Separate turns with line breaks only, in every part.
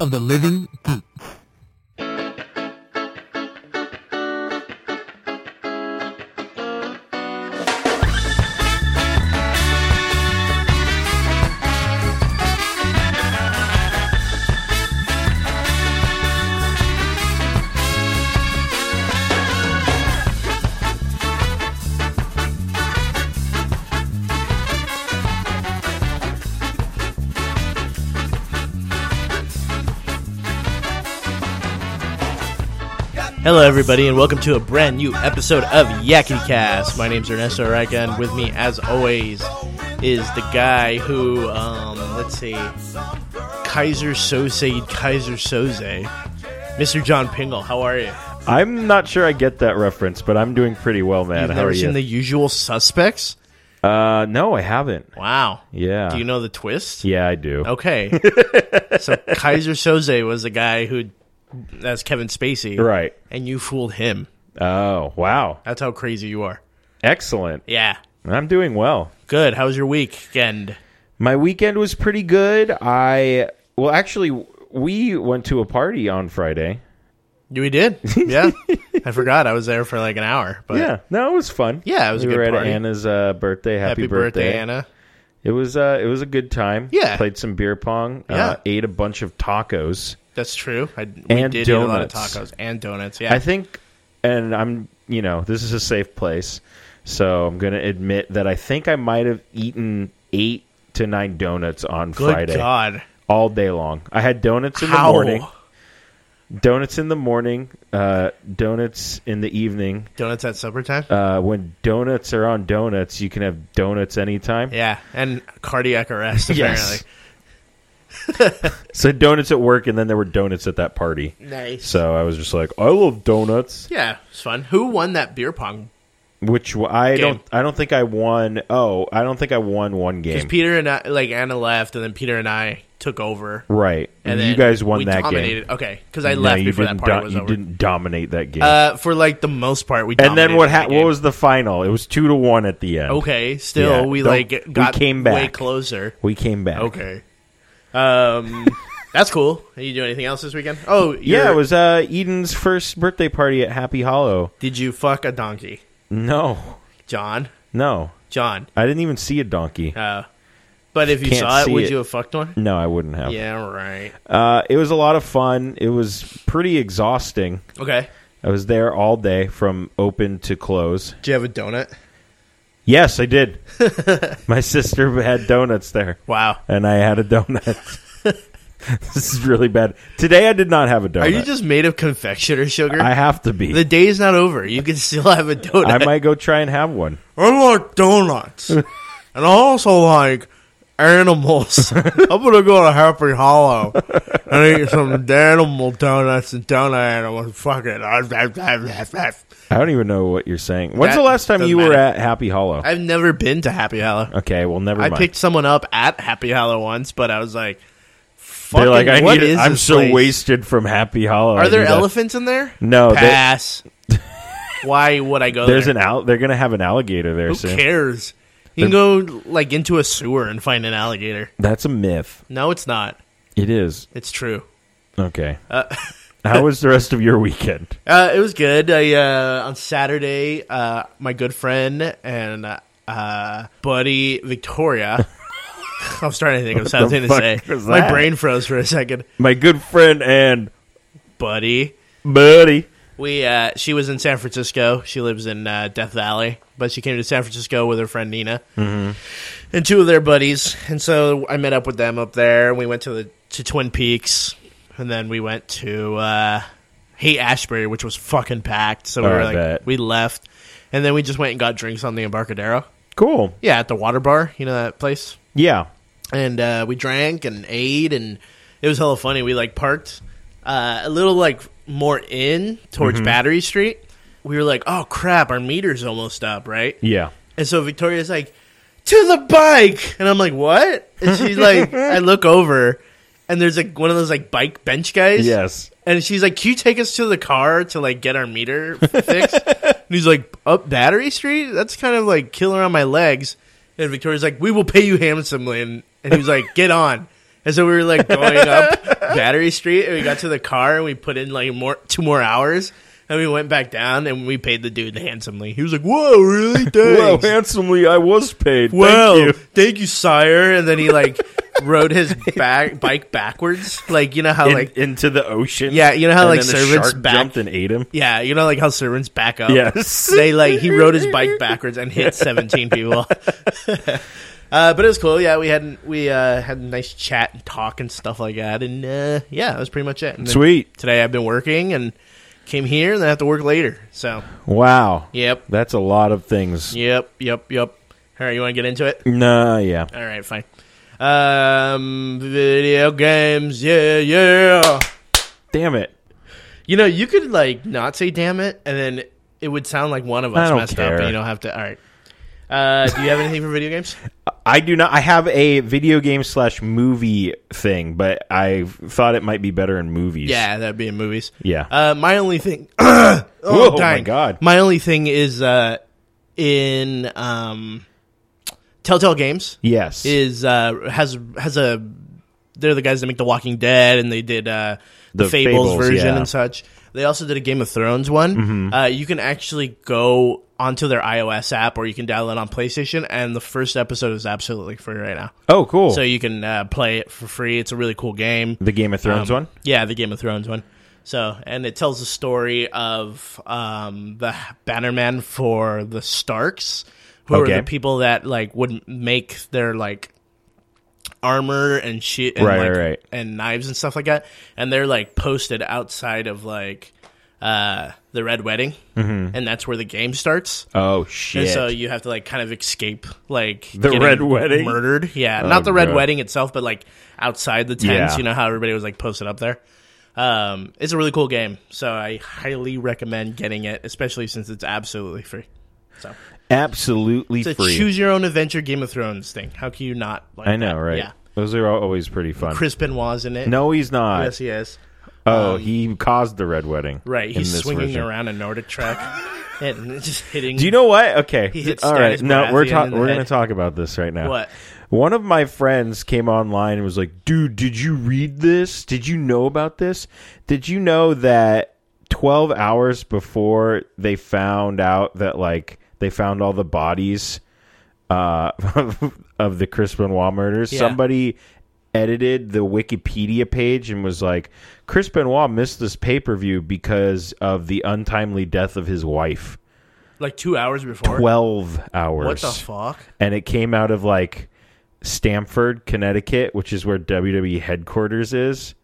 of the living poop.
Hello, everybody, and welcome to a brand new episode of Yakety Cast. My name's Ernesto Arica, and with me, as always, is the guy who, um, let's see, Kaiser Soze, Kaiser Soze, Mr. John Pingle. How are you?
I'm not sure I get that reference, but I'm doing pretty well, man.
You've
How
never
are
seen
you?
The Usual Suspects?
uh, no, I haven't.
Wow.
Yeah.
Do you know the twist?
Yeah, I do.
Okay. so Kaiser Soze was the guy who, that's Kevin Spacey,
Right.
And you fooled him.
Oh, wow.
That's how crazy you are.
Excellent.
Yeah.
I'm doing well.
Good. How was your weekend?
My weekend was pretty good. I well, actually, we went to a party on Friday.
We did. Yeah. I forgot. I was there for like an hour. But
Yeah, no, it was fun.
Yeah, it was a
we
good
were at
party.
Anna's uh, birthday. Happy,
happy birthday, Anna.
It was uh, it was a good time.
Yeah.
played some beer pong.
Yeah.
Uh, ate a bunch of tacos.
That's true. I, we
And
did eat a lot of
donuts.
tacos and donuts. Yeah.
I think, and I'm, you know, this is a safe place, so I'm going to admit that I think I might have eaten eight to nine donuts on
Good
Friday
God.
all day long. I had donuts in
How?
the morning, donuts in the morning, uh, donuts in the evening.
Donuts at supper time?
Uh, when donuts are on donuts, you can have donuts anytime.
yeah. And cardiac arrest, apparently.
Yes. So donuts at work, and then there were donuts at that party.
Nice.
So I was just like, I love donuts.
yeah. It's fun. Who won that beer pong?
Which w- I
Game.
don't, I don't think I won. Oh, I don't think I won one game.
Because Peter and I, like Anna left, and then Peter and I took over.
Right.
And
And,
then
you guys won
we
that
dominated.
game.
Okay. Because I
No,
left
you
before that
didn't
party
do-
was
you
over.
didn't dominate that game.
Uh, for like the most part, we
and then
dominated
what
that
ha-
game.
what was the final? It was 2 to 1 at the end.
Okay, still
Yeah,
we
don't-
like
we
got
came
way
back.
closer.
We came back.
Okay. Um that's cool. Did you do anything else this weekend? Oh,
Yeah,
you're-
it was uh, Eden's first birthday party at Happy Hollow.
Did you fuck a donkey?
No.
John.
No.
John.
I didn't even see a donkey.
Uh but if you
Can't
saw it,
see
would
it.
you have fucked one?
No, I wouldn't have.
Yeah, right.
Uh, it was a lot of fun. It was pretty exhausting.
Okay.
I was there all day from open to close.
Did you have a donut?
Yes, I did. My sister had donuts there.
Wow.
and I had a donut. this is really bad. Today I did not have a donut.
Are you just made of confectioner sugar?
I have to be.
the day's not over. You can still have a donut.
I might go try and have one.
I like donuts. and I also like animals. I'm gonna go to Happy Hollow and eat some animal donuts and donut animals. Fuck it.
I don't even know what you're saying. When's
That
the last time
doesn't
you were
matter.
at Happy Hollow?
I've never been to Happy Hollow.
okay, well, never
I
mind.
picked someone up at Happy Hollow once, but I was like,
They're
"Fucking,
like, I
what
need.
is
It. I'm
this
so
place?
wasted from Happy Hollow. I
Are there
need a-
elephants in there?
No, there-
Pass. Why would I go
There's
there?
an al- They're gonna have an alligator there
Who
soon.
cares? You can go like into a sewer and find an alligator.
That's a myth.
No, it's not.
It is
It's true.
okay. How was the rest of your weekend?
Uh, it was good. I, uh, on Saturday, uh, my good friend and uh, buddy Victoria. I'm starting to think of something to
fuck
say.
was
My
that?
brain froze for a second.
My good friend and
Buddy,
buddy.
we uh, she was in San Francisco. She lives in uh, Death Valley, but she came to San Francisco with her friend Nina
Mm-hmm.
and two of their buddies. And so I met up with them up there. We went to the to Twin Peaks, and then we went to uh, Haight Ashbury, which was fucking packed. So we
Oh,
were
I
like,
bet.
we left, and then we just went and got drinks on the Embarcadero.
Cool.
Yeah, at the Water Bar, you know that place
Yeah.
and uh, we drank and ate and it was hella funny we like parked uh, a little like more in towards battery street we were like oh crap our meter's almost up right
Yeah.
and so victoria's like to the bike and i'm like what and she's like i look over and there's like one of those like bike bench guys
Yes.
and she's like, "Can you take us to the car to like get our meter fixed?" and he's like, "Up Battery Street? That's kind of like killer on my legs." And Victoria's like, "We will pay you handsomely." And, and he was like, "Get on." And so we were like going up Battery Street, and we got to the car, and we put in like more two more hours, and we went back down, and we paid the dude handsomely. He was like, "Whoa, really?
Well,
Thanks.
handsomely, I was paid.
Well,
Thank you.
sire." And then he like rode his back bike backwards, like you know how
In-
like
into the ocean.
Yeah, you know how,
and
like,
then the
servants
shark
back-
jumped and ate him.
yeah, you know like how servants back up.
Yes.
they like he rode his bike backwards and hit 17 people. uh, but it was cool. Yeah, we had we uh, had a nice chat and talk and stuff like that. And uh, yeah, that was pretty much it. And then
Sweet.
Today I've been working and came here and then I have to work later. So
Wow.
yep,
That's a lot of things.
yep, yep, yep. All right, you want to get into it?
Nah, yeah.
All right, fine. Um, video games, yeah, yeah.
Damn it.
You know, you could like not say "damn it," and then it would sound like one of
I
us
don't
messed up,
care.
and you don't have to. All right. Uh, do you have anything for video games?
I do not. I have a video game slash movie thing, but I thought it might be better in movies.
Yeah, that'd be in movies.
Yeah.
Uh, my only thing.
Whoa,
oh dang.
my God.
My only thing is uh, in um, Telltale Games
yes.
is uh, has has a they're the guys that make The Walking Dead and they did uh, the,
The
Fables,
Fables,
version
yeah. Mm-hmm.
and such. They also did a Game of Thrones one. Uh, you can actually go onto their iOS app or you can download it on PlayStation, and the first episode is absolutely free right now.
oh, cool.
So you can uh, play it for free. It's a really cool game.
the Game of Thrones one.
Um, Yeah, the Game of Thrones one. So, and it tells the story of um, the bannerman for the Starks, who are
Okay.
the people that like would make their like armor and shit, and,
Right,
like,
right, right.
and knives and stuff like that. And they're like posted outside of like uh, the Red Wedding, mm-hmm. and that's where the game starts.
Oh
And
shit.
so you have to like kind of escape like
The
getting
Red Wedding?
murdered. Yeah,
Oh,
not the red
God.
wedding itself, but like outside the tents.
Yeah.
You know how everybody was like posted up there. Um, it's a really cool game, so I highly recommend getting it, especially since it's absolutely free. So
Absolutely
it's a
free.
choose your own adventure Game of Thrones thing. How can you not? Like
I know,
that?
right?
Yeah,
Those are al- always pretty fun.
Chris Benoit's in it.
no, he's not.
yes, he is.
oh, he caused the red wedding.
Um, Right,
in
he's
this
swinging
version.
around a Nordic track and just hitting.
Do you know what? Okay,
He hits
all
Stannis
right. No, we're
Baratheon
ta-
in the
we're going
head.
to talk about this right now.
What?
One of my friends came online and was like, "Dude, did you read this? Did you know about this? Did you know that 12 hours before they found out that like they found all the bodies uh, of the Chris Benoit murders,
Yeah.
somebody." Edited the Wikipedia page and was like, Chris Benoit missed this pay per view because of the untimely death of his wife.
like two hours before?
12 hours.
What the fuck?
and it came out of like Stamford, Connecticut, which is where WWE headquarters is.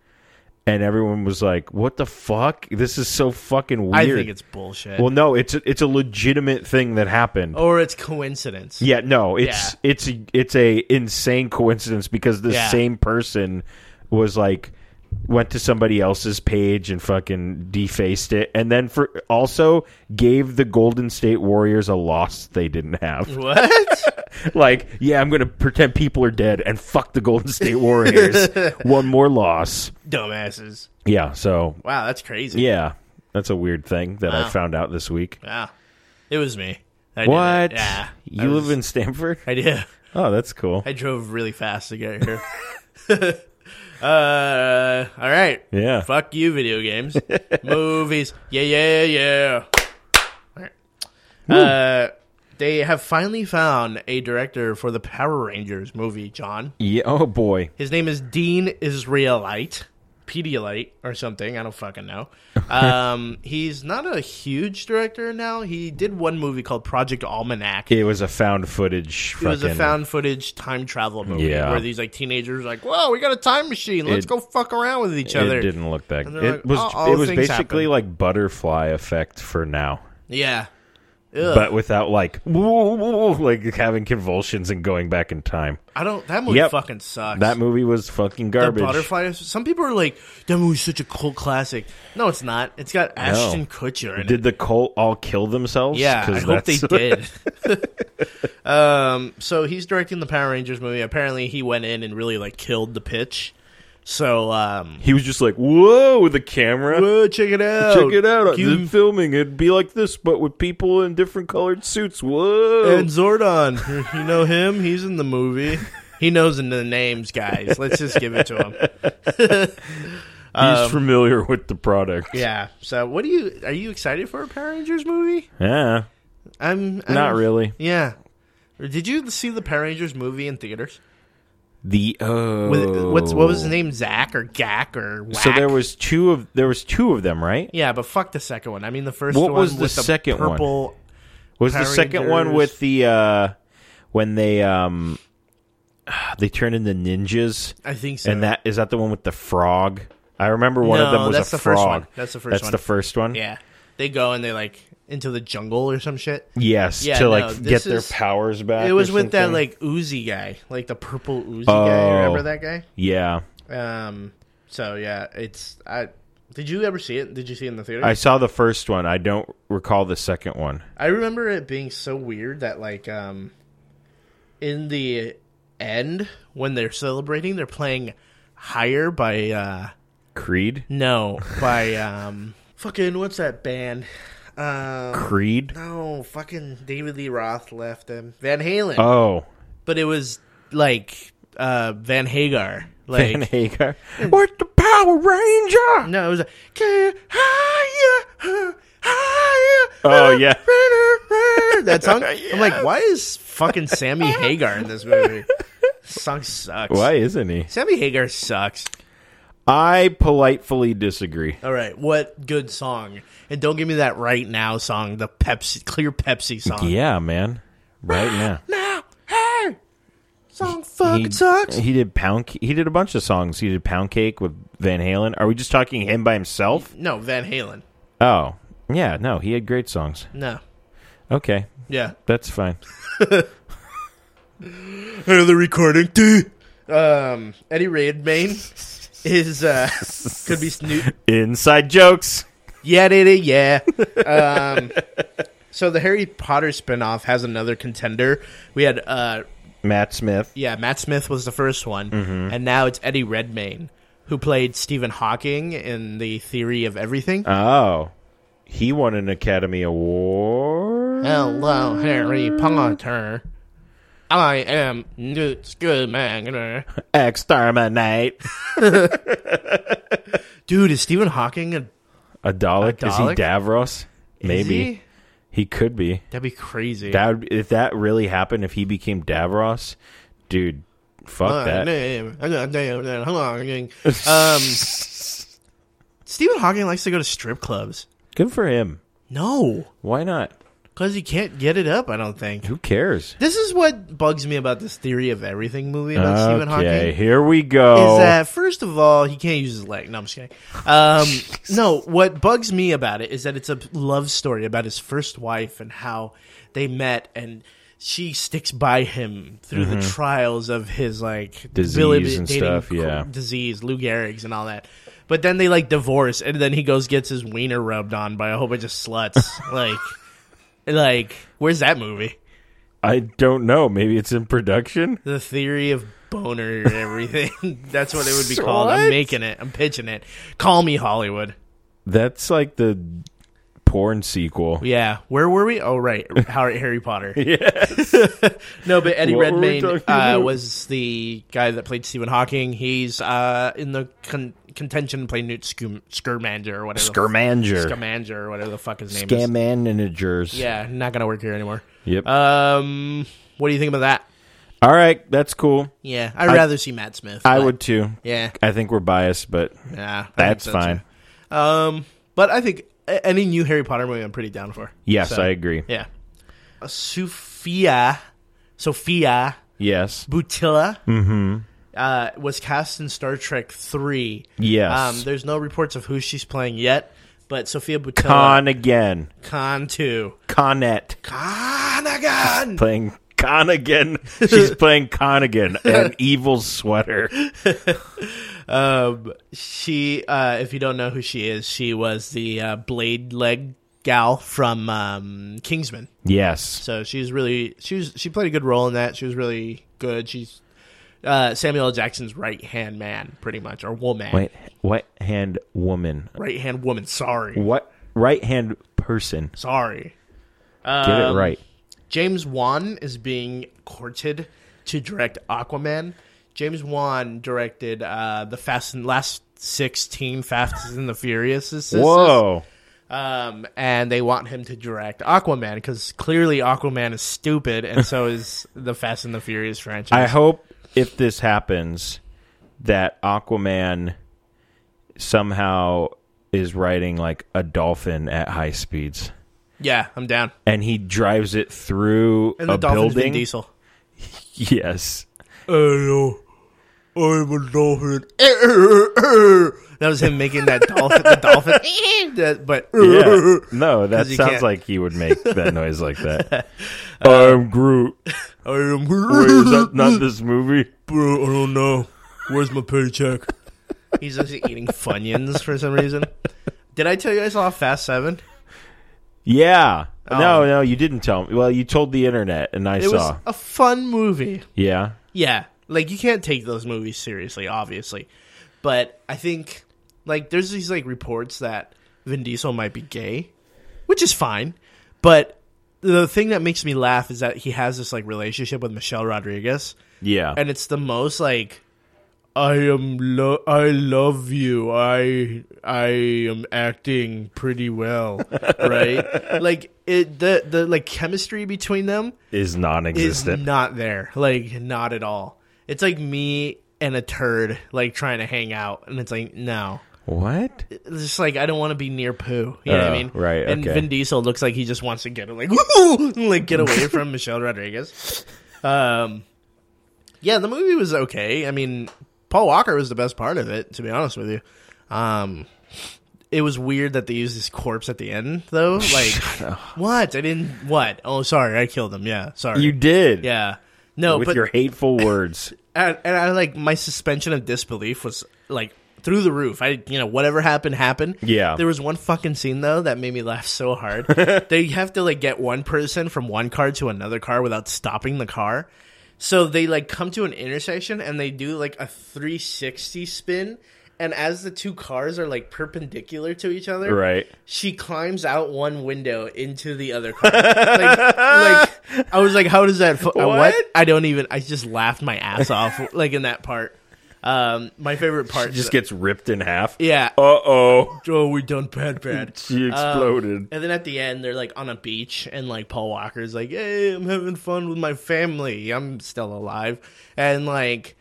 And everyone was like, "What the fuck? This is so fucking weird."
I think it's bullshit.
well, no, it's a, it's a legitimate thing that happened.
or it's coincidence.
Yeah, no, it's it's a, it's a insane coincidence because the
Yeah.
same person was like went to somebody else's page and fucking defaced it and then for also gave the Golden State Warriors a loss they didn't have.
What?
like, yeah, I'm going to pretend people are dead and fuck the Golden State Warriors. One more loss.
Dumbasses.
Yeah, so
Wow, that's crazy.
yeah, that's a weird thing that I
Wow.
found out this week.
Wow. It was me. I did it.
What?
Yeah. I
You
was-
live in Stanford?
I did.
Oh, that's cool.
I drove really fast to get here. uh, all right.
Yeah.
Fuck you, video games. Movies. Yeah, yeah, yeah. All right. Uh, they have finally found a director for the Power Rangers movie, John.
Yeah, oh boy.
His name is Dean Israelite, Pedialyte or something. I don't fucking know. Um, he's not a huge director now. He did one movie called Project Almanac.
It was a found footage
it
fucking
was a found footage time travel movie
Yeah.
where these like teenagers are like, "Whoa, we got a time machine. Let's
It-
go fuck around with each
it
other."
didn't look that
And
good.
they're
It
like,
was
oh, all
it was
things
basically
happen.
like butterfly effect for now.
Yeah,
But without like like having convulsions and going back in time.
I don't. That movie
Yep.
fucking sucks.
That movie was fucking
the
garbage.
butterfly. Some people are like, "That movie's such a cult classic." No, it's not. It's got Ashton Kutcher in it.
Did the cult all kill themselves?
Yeah,
'Cause
I hope they
that's-
did. um, so he's directing the Power Rangers movie. Apparently, he went in and really like killed the pitch. So, um,
He was just like, "Whoa!" with the camera.
whoa, check it out!
Check it out. uh,
You
I'm filming. It'd be like this, but with people in different colored suits. Whoa!
and Zordon. you know him? He's in the movie. He knows the names, guys. Let's just give it to him.
He's familiar with the product.
Yeah. So, what do you are you excited for a Power Rangers movie?
Yeah,
I'm, I'm
not really.
Yeah. Did you see the Power Rangers movie in theaters?
The oh,
With, What's what was his name? Zach or Gak or Whack?
So there was two of there was two of them, right?
yeah, but fuck the second one. I mean, the first
What
one
was the
with
second one?
purple.
Was
Power
the second one
Rangers.
with the uh when they um they turned into ninjas?
I think so.
And that is that the one with the frog? I remember one
No,
of them was
that's
a
the
frog.
first one. That's the first
That's
one.
the first one.
yeah, they go and they like into the jungle or some shit.
Yes,
Yeah,
to
no,
like
this
get their
is-
powers back.
It
or
was with that
something.
like Uzi guy, like the purple Uzi
Oh.
guy. Remember that guy?
yeah.
Um. So yeah, it's I. Did you ever see it? Did you see it in the theater?
I saw the first one. I don't recall the second one.
I remember it being so weird that like um in the end when they're celebrating they're playing Higher by uh
Creed.
no by um fucking what's that band? Um
Creed.
no, fucking David Lee Roth left them. Van Halen.
Oh,
but it was like uh Van Hagar. Like
Van Hagar. What the Power Ranger?
No, it was like, "Get higher, higher,
Oh, yeah.
that song. I'm like,
Yes.
why is fucking Sammy Hagar in this movie? This song sucks.
Why isn't he?
Sammy Hagar sucks.
I politely disagree.
All right, what good song? And don't give me that right now song, the Pepsi clear Pepsi song.
Yeah, man. Right now.
Now, hey, song fucking sucks.
He did pound. Ca- He did a bunch of songs. He did Pound Cake with Van Halen. Are we just talking him by himself?
No, Van Halen.
Oh, yeah. No, he had great songs.
No,
Okay,
yeah.
that's fine.
Hey, the recording. Um, Eddie Redmayne is uh could be Snoop
Inside jokes.
Yeah, did it, yeah. um, so the Harry Potter spinoff has another contender. We had, uh,
Matt Smith.
yeah, Matt Smith was the first one,
Mm-hmm.
and now it's Eddie Redmayne, who played Stephen Hawking in the Theory of Everything.
Oh, he won an Academy Award.
Hello, Harry Potter. I am Newt Scamander.
Exterminate.
Dude, is Stephen Hawking a
A Dalek. Is he
Dalek?
Davros? Maybe
is he?
he could be.
That'd be crazy.
That would, if that really happened, if he became Davros, dude, fuck
My
that.
name- um, Stephen Hawking likes to go to strip clubs.
Good for him.
No,
Why not?
because he can't get it up. I don't think
Who cares?
this is what bugs me about this theory of everything movie about Stephen
okay,
Hawking.
here we go.
Is that first of all he can't use his leg? No, I'm just kidding. Um, no, what bugs me about it is that it's a love story about his first wife and how they met, and she sticks by him through the trials of his like
Mm-hmm. Disease and stuff,
co-
yeah.
disease, Lou Gehrig's and all that. But then they like divorce, and then he goes gets his wiener rubbed on by a whole bunch of sluts. like, like where's that movie?
I don't know. Maybe it's in production.
The theory of boner and everything. That's what it would be called.
What?
I'm making it. I'm pitching it. Call me Hollywood.
That's like the porn sequel.
Yeah. Where were we? Oh, right. Harry, Harry Potter. no, but Eddie
What were we
Redmayne
talking
uh,
about?
was the guy that played Stephen Hawking. He's uh, in the con- contention to play Newt Scum- Scamander or whatever. the-
Skirmanger.
Scamander or whatever the fuck his name is.
Scamanagers.
Yeah, not gonna work here anymore.
Yep.
Um, what do you think about that?
All right, that's cool.
Yeah, I'd rather see Matt Smith.
I
but-
would too.
Yeah,
I think we're biased, but
yeah, I think
that's
so, too.
fine.
Um, but I think a- any new Harry Potter movie, I'm pretty down for.
Yes,
So,
I agree.
Yeah, Uh, Sophia, Sophia
Yes.
Butilla, mm-hmm. uh, was cast in Star Trek Three.
Yes.
Um, there's no reports of who she's playing yet, but Sophia Butilla,
Con again.
Con Two,
Conette.
Con again.
Playing Con again. She's playing Con again. An evil sweater.
Um, she, uh, if you don't know who she is, she was the uh, blade leg gal from um, Kingsman.
Yes.
So she's really she was she played a good role in that. She was really good. She's uh, Samuel L. Jackson's right hand man, pretty much, or woman.
Wait, what hand woman?
Right hand woman. Sorry,
What right hand person?
sorry. Um,
Get it right.
James Wan is being courted to direct Aquaman. James Wan directed uh, the Fast and last sixteen Fast and the Furious.
Whoa.
Um, and they want him to direct Aquaman because clearly Aquaman is stupid, and so is the Fast and the Furious franchise.
I hope if this happens that Aquaman somehow is riding like a dolphin at high speeds
yeah, I'm down.
and he drives it through
And the
a
Dolphins Vin
building.
Diesel.
Yes.
Uh, Hello, I'm a dolphin. That was him making that dolphin. The dolphin. That- but
Yeah. No, that
'Cause you
sounds
can't- Uh,
like he would make that noise like that. I'm Groot.
I am.
Wait, is that not this movie?
Bro, I don't know. Where's my paycheck? He's actually eating Funyuns for some reason. Did I tell you I saw Fast Seven?
Yeah. No, no, you didn't tell me. Well, you told the internet, and I
Oh. It
saw.
was a fun movie.
Yeah.
Yeah, like you can't take those movies seriously, obviously. But I think like there's these like reports that Vin Diesel might be gay, which is fine. But the thing that makes me laugh is that he has this like relationship with Michelle Rodriguez,
Yeah.
and it's the most like I am lo- I love you. I I am acting pretty well, right? like it the the like chemistry between them
is
is
non-existent.
not there. Like not at all. It's like me and a turd like trying to hang out, and it's like no.
what?
It's just like I don't want to be near poo. You know what I
Oh,
mean?
right,
And
okay.
Vin Diesel looks like he just wants to get like and, like get away from Michelle Rodriguez. Um, yeah, the movie was okay. I mean, Paul Walker was the best part of it. To be honest with you, um. It was weird that they used his corpse at the end, though. Like, what? I didn't. What? Oh, sorry, I killed him. Yeah, sorry.
You did.
Yeah. No,
With
but
your hateful words.
and, and I like my suspension of disbelief was like through the roof. I you know whatever happened happened.
Yeah.
There was one fucking scene though that made me laugh so hard. they have to like get one person from one car to another car without stopping the car. So they like come to an intersection and they do like a 360 spin and as the two cars are like perpendicular to each other,
Right.
she climbs out one window into the other car. like, like I was like, how does that? Fu- what? what?
What?
I don't even. I just laughed my ass off. Like in that part. Um, my favorite part.
Just gets ripped in half.
yeah.
Uh oh.
Oh, we done bad, bad.
She exploded.
And then at the end, they're like on a beach, and like Paul Walker's like, "Hey, I'm having fun with my family. I'm still alive." And like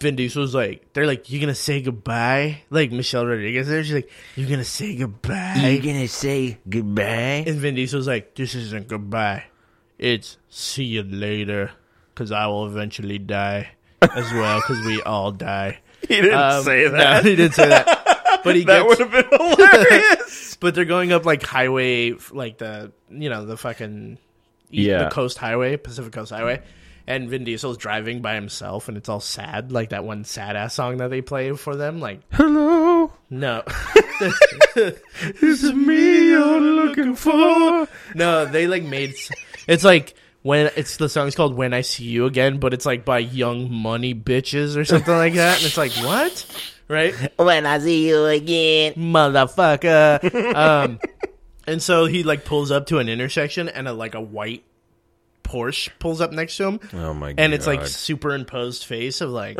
Vin Diesel's like, "They're like, you gonna say goodbye?" Like Michelle Rodriguez, there, she's like, "You gonna say goodbye?"
gonna say goodbye?
And Vin Diesel's like, "This isn't goodbye. It's see you later, because I will eventually die as well, because we all die."
He didn't
Um,
say
no,
that.
he didn't say that. But he
that
gets.
would have been hilarious.
But they're going up like highway, f- like the you know the fucking yeah.
Yeah.
the coast highway, Pacific Coast Highway. And Vin Diesel's driving by himself, and it's all sad, like that one sad ass song that they play for them. Like,
Hello,
no,
this is me you're looking for.
No, they like made. It's like when it's the song's called "When I See You Again," but it's like by Young Money Bitches or something like that, and it's like what, right,
when I see you again.
motherfucker? Um, and so he like pulls up to an intersection, and a like a white Porsche pulls up next to him,
Oh my god!
and it's like superimposed face of like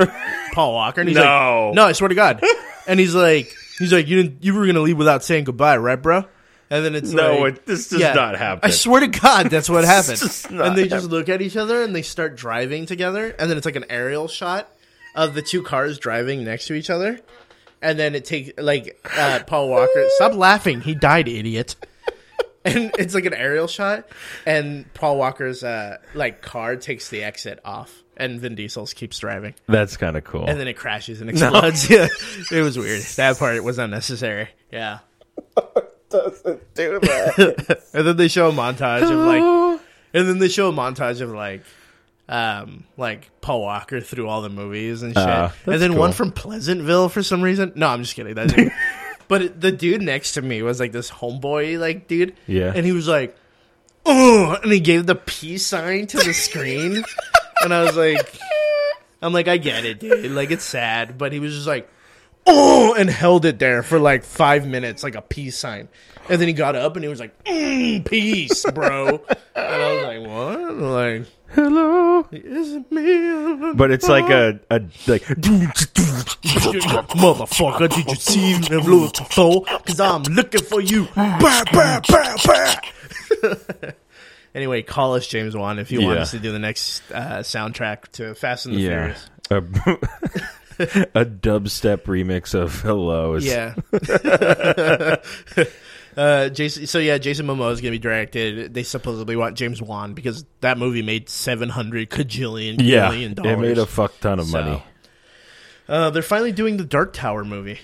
Paul Walker, and he's
No.
like, no, I swear to God, and he's like, he's like, you didn't, you were gonna leave without saying goodbye, right, bro? And then it's
no,
like,
it, this does
yeah.
not happen.
I swear to God, that's what happened.
does not
And they just look at each other and they start driving together, and then it's like an aerial shot of the two cars driving next to each other, and then it takes like uh, Paul Walker. Stop laughing. He died, idiot. And it's like an aerial shot, and Paul Walker's uh, like car takes the exit off, and Vin Diesel's keeps driving,
That's kind of cool.
and then it crashes and explodes. Yeah, it was weird. That part was unnecessary. Yeah,
doesn't do that.
and then they show a montage of like And then they show a montage of like, um, like Paul Walker through all the movies and shit,
Uh,
and
that's
then one
cool.
from Pleasantville for some reason. No, I'm just kidding. That dude. but it- the dude next to me was like this homeboy, like dude.
Yeah.
and he was like, oh, and he gave the peace sign to the screen, and I was like, I'm like, I get it, dude. Like it's sad, but he was just like. Oh, and held it there for like five minutes, like a peace sign, and then he got up and he was like, mm, "Peace, bro." And I was like, what? Like,
Hello.
Is it me?
But it's like a, a like
Motherfucker, did you see me look for? Cause I'm looking for you. Bah, bah, bah, bah. anyway, call us James Wan if you want
Yeah.
us to do the next uh, soundtrack to Fast and the
yeah
Furious.
a, a dubstep remix of Hello. Is,
Yeah. uh, Jason. So yeah, Jason Momoa is gonna be directed. They supposedly want James Wan because that movie made seven hundred cajillion
yeah.
million dollars.
It made a fuck ton of money.
So, uh, they're finally doing the Dark Tower movie.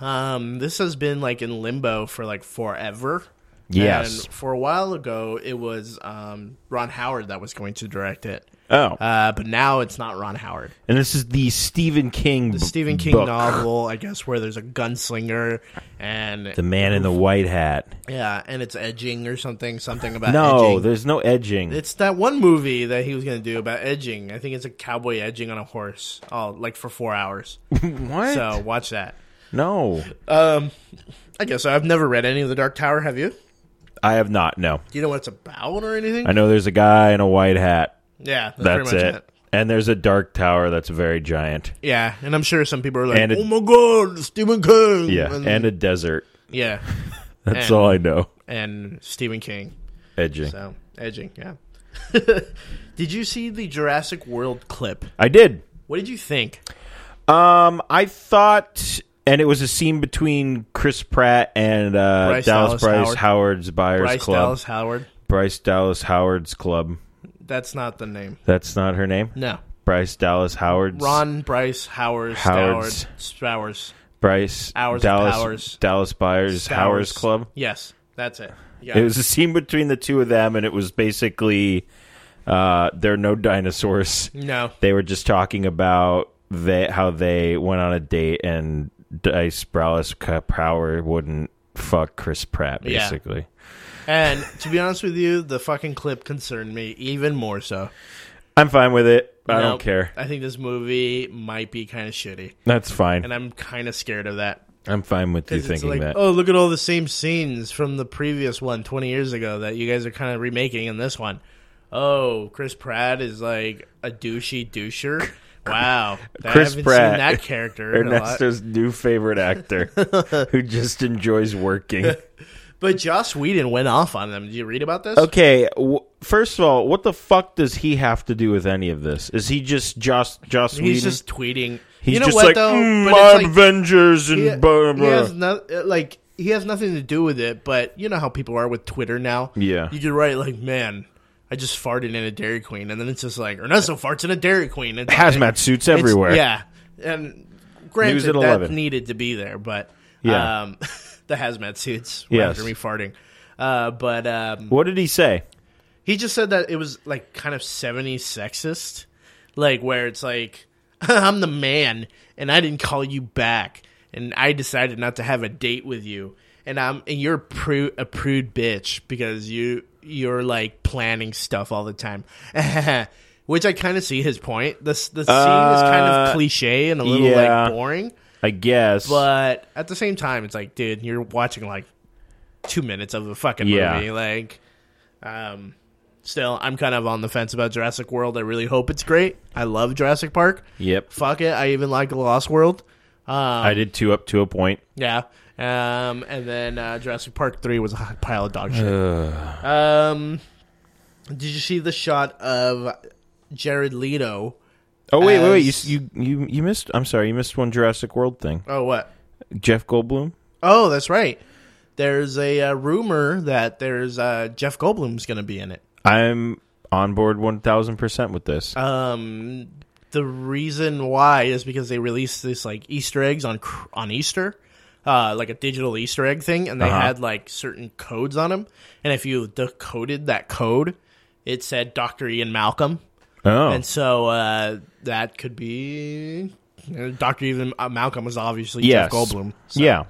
Um, this has been like in limbo for like forever.
Yes.
And for a while ago, it was um, Ron Howard that was going to direct it.
Oh,
Uh, but now it's not Ron Howard.
and this is the Stephen King.
The
b-
Stephen King
book.
novel, I guess, where there's a gunslinger and
The Man in the White Hat.
Yeah, and it's edging or something, something about
No,
edging.
there's no edging.
It's that one movie that he was going to do about edging. I think it's a cowboy edging on a horse, oh, like for four hours.
what?
so watch that.
No,
I guess I've never read any of the Dark Tower. Have you? Do
I have not. No,
you know what it's about or anything?
I know there's a guy in a white hat.
yeah, that's,
That's
pretty much
it.
it.
And there's a dark tower that's very giant.
Yeah, and I'm sure some people are like,
And it-
"Oh my god, Stephen King!"
Yeah,
and,
and a desert.
yeah,
That's
and-
all I know.
and Stephen King.
Edging.
So edging, yeah. did you see the Jurassic World clip?
I did.
What did you think?
Um, I thought, and it was a scene between Chris Pratt and uh,
Bryce
Dallas
Dallas
Bryce
Howard.
Howard's Buyers
Bryce
Club.
Dallas Howard.
Bryce Dallas Howard's Club.
That's not the name.
That's not her name.
No.
Bryce Dallas Howard's
Ron Bryce Howard Howard
Howard's.
Spowers.
Bryce
Hours of
Dallas
Powers.
Dallas Buyers Howard's Club.
Yes, that's it. Yeah.
It was a scene between the two of them, and it was basically uh, there are no dinosaurs.
no.
They were just talking about they, how they went on a date, and Dice Browlis Power wouldn't fuck Chris Pratt,
Yeah.
basically.
And to be honest with you, the fucking clip concerned me even more so.
I'm fine with it. I don't
Nope.
care.
I think this movie might be kind of shitty,
That's fine.
and I'm kind of scared of that.
I'm fine with you
Because it's like,
thinking that.
oh, look at all the same scenes from the previous one 20 years ago that you guys are kind of remaking in this one. Oh, Chris Pratt is like a douchey doucher. Wow, That- I
Chris
haven't
Pratt.
seen that character. in a lot.
Ernesto's new favorite actor who just enjoys working.
But Joss Whedon went off on them. Did you read about this?
Okay, w- first of all, what the fuck does he have to do with any of this? Is he just Joss Joss Whedon?
He's just tweeting.
He's
you know
just
what
like
though?
"Mm,
But
my
it's like,
Avengers and
he,
blah,
he
blah.
has no, uh, like he has nothing to do with it. But you know how people are with Twitter now.
Yeah.
you could write like, man, I just farted in a Dairy Queen, and then it's just like Ernesto farts in a Dairy Queen. It's,
hazmat suits
it's-
everywhere.
Yeah, and
News at
granted that
11.
needed to be there, but
Yeah.
um, the hazmat suits were
Yes.
after me farting. Uh, but um,
What did he say?
He just said that it was like kind of 70s sexist, like where it's like, I'm the man and I didn't call you back and I decided not to have a date with you and I'm and you're a prude, a prude bitch because you you're like planning stuff all the time. Which I kind of see his point. This the scene is kind
Uh,
of cliche and a little
yeah.
like boring,
I guess.
but at the same time, it's like, dude, you're watching like two minutes of a fucking
Yeah.
movie. Like, um, still, I'm kind of on the fence about Jurassic World. I really hope it's great. I love Jurassic Park.
yep,
Fuck it. I even like The Lost World. Um,
I did two up to a point.
yeah. Um, and then uh, Jurassic Park 3 was a hot pile of dog shit. um, did you see the shot of Jared Leto?
Oh wait, wait, wait! You,
As-
you you you missed. I'm sorry, you missed one Jurassic World thing.
Oh, what?
Jeff Goldblum.
Oh, that's right. There's a uh, rumor that there's uh, Jeff Goldblum's going to be in it.
I'm on board one thousand percent with this.
Um, the reason why is because they released this like Easter eggs on cr- on Easter, uh, like a digital Easter egg thing, and they
Uh-huh.
had like certain codes on them, and if you decoded that code, it said Doctor Ian Malcolm,
oh,
and so uh, that could be. Doctor Ian uh, Malcolm was obviously
yes,
Jeff Goldblum. So,
Yeah,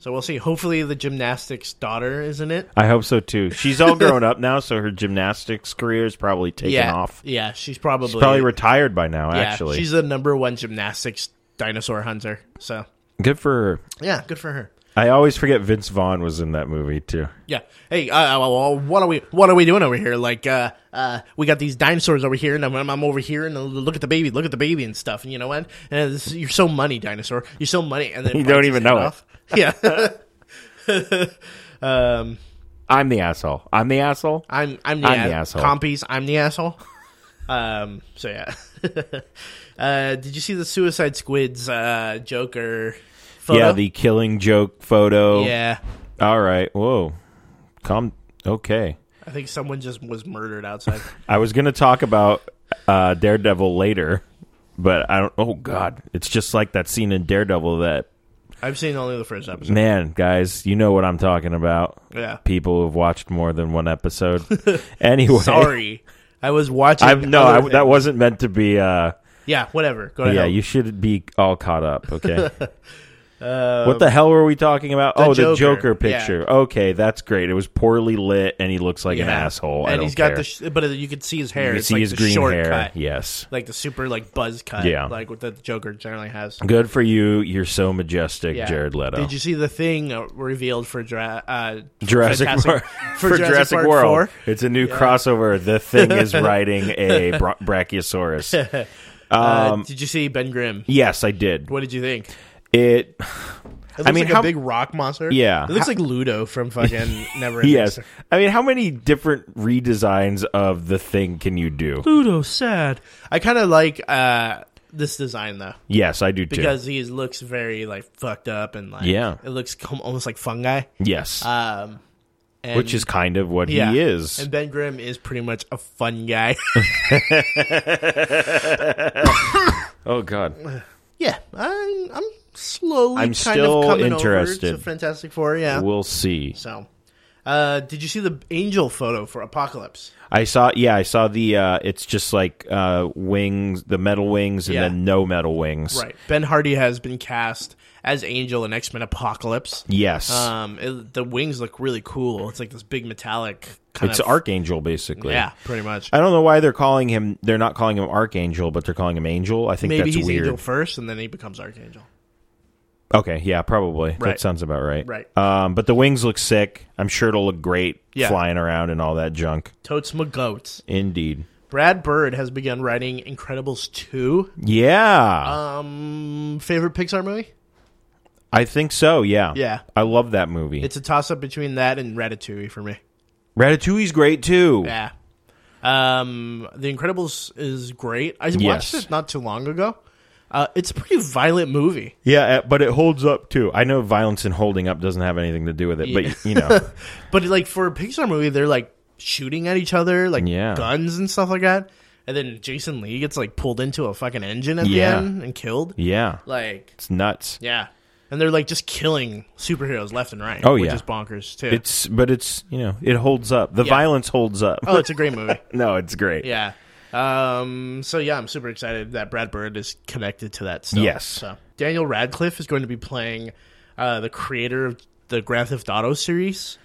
so we'll see. Hopefully, the gymnastics daughter is in it.
I hope so too. She's all grown up now, so her gymnastics career is probably taken
yeah,
off.
yeah, she's probably
She's probably retired by now.
yeah,
actually,
she's the number one gymnastics dinosaur hunter. So
good for her.
Yeah, good for her.
I always forget Vince Vaughn was in that movie too.
Yeah. Hey, uh, uh, well, what are we what are we doing over here? Like, uh, uh, we got these dinosaurs over here, and I'm, I'm over here, and look at the baby, look at the baby, and stuff. And you know what? And it's- you're so money, dinosaur. You're so money, and then
You don't
bites
even
his head
know it.
off. Yeah,
I'm the asshole. I'm the asshole.
I'm I'm the,
I'm the
asshole.
asshole.
Compies, I'm the asshole. Um. So yeah. uh, did you see the Suicide Squid's uh, Joker? Photo?
Yeah, the killing joke photo.
yeah.
All right. Whoa. Calm. Okay.
I think someone just was murdered outside.
I was gonna talk about uh, Daredevil later, but I don't. Oh God, it's just like that scene in Daredevil that
I've seen only the first episode.
man, guys, you know what I'm talking about.
Yeah.
People who've watched more than one episode. anyway,
Sorry. I was watching.
I'm, no,
other
I,
things.
that wasn't meant to be. Uh,
Yeah, whatever. Go
yeah,
ahead.
you should be all caught up. Okay. what the hell were we talking about? oh, the
Uh, Joker.
Joker picture. Okay, that's great. It was poorly lit, and he looks like an asshole. I
And
don't
he's got
care.
the, sh- but you could see his hair.
you
it's
see
like
his
the
green
short
hair.
cut.
Yes.
like the super like buzz cut.
Yeah.
like what the Joker generally has.
Good for you. You're so majestic,
Yeah.
Jared Leto.
Did you see the thing uh, revealed for Dra- uh,
Jurassic
Fantastic-
World.
for, Jurassic, Park
World.
4?
It's a new crossover. The thing is riding a bra- Brachiosaurus.
Uh,
Um,
did you see Ben Grimm?
Yes, I did.
What did you think?
It.
It looks
mean,
like
how-
a big rock monster.
Yeah.
it looks like Ludo from fucking Never.
Yes. I mean, how many different redesigns of the thing can you do?
Ludo sad. I kind of like uh, this design though.
Yes, I do too.
because he looks very like fucked up and like
Yeah.
it looks com- almost like fungi.
yes.
Um, and,
which is kind of what
yeah.
he is.
and Ben Grimm is pretty much a fun guy.
oh God.
yeah, I'm, I'm slowly
I'm
kind
still
of coming over
interested.
to Fantastic Four. Yeah,
We'll see.
so. Uh, did you see the angel photo for Apocalypse?
I saw yeah, I saw the uh it's just like uh wings, the metal wings and
Yeah.
then no metal wings.
Right. Ben Hardy has been cast as Angel in X Men Apocalypse.
Yes.
Um, it, the wings look really cool. It's like this big metallic kind
it's
of
Archangel basically.
Yeah, pretty much.
I don't know why they're calling him they're not calling him Archangel, but they're calling him Angel. I think
Maybe
that's
he's
weird.
Angel first, and then he becomes Archangel.
Okay, yeah, probably. That
Right.
sounds about right.
Right.
Um but the wings look sick. I'm sure it'll look great
Yeah.
flying around and all that junk.
Totes my goats.
Indeed.
Brad Bird has begun writing Incredibles 2.
Yeah.
Um, favorite Pixar movie?
I think so, yeah.
yeah.
I love that movie.
It's a toss up between that and Ratatouille for me.
Ratatouille's great too.
Yeah. Um, The Incredibles is great. I watched it not too long ago. Uh, it's a pretty violent movie.
Yeah, uh, but it holds up too. I know violence and holding up doesn't have anything to do with it, but you know,
But like for a Pixar movie, they're like shooting at each other, like
Yeah.
guns and stuff like that. And then Jason Lee gets like pulled into a fucking engine at
Yeah.
the end and killed.
yeah,
Like
it's nuts.
Yeah. And they're like just killing superheroes left and right.
Oh,
which
yeah.
is bonkers too.
It's but it's you know it holds up. The violence holds up.
oh, it's a great movie.
no, it's great.
yeah. Um. So yeah, I'm super excited that Brad Bird is connected to that. Still.
Yes.
So Daniel Radcliffe is going to be playing uh, the creator of the Grand Theft Auto series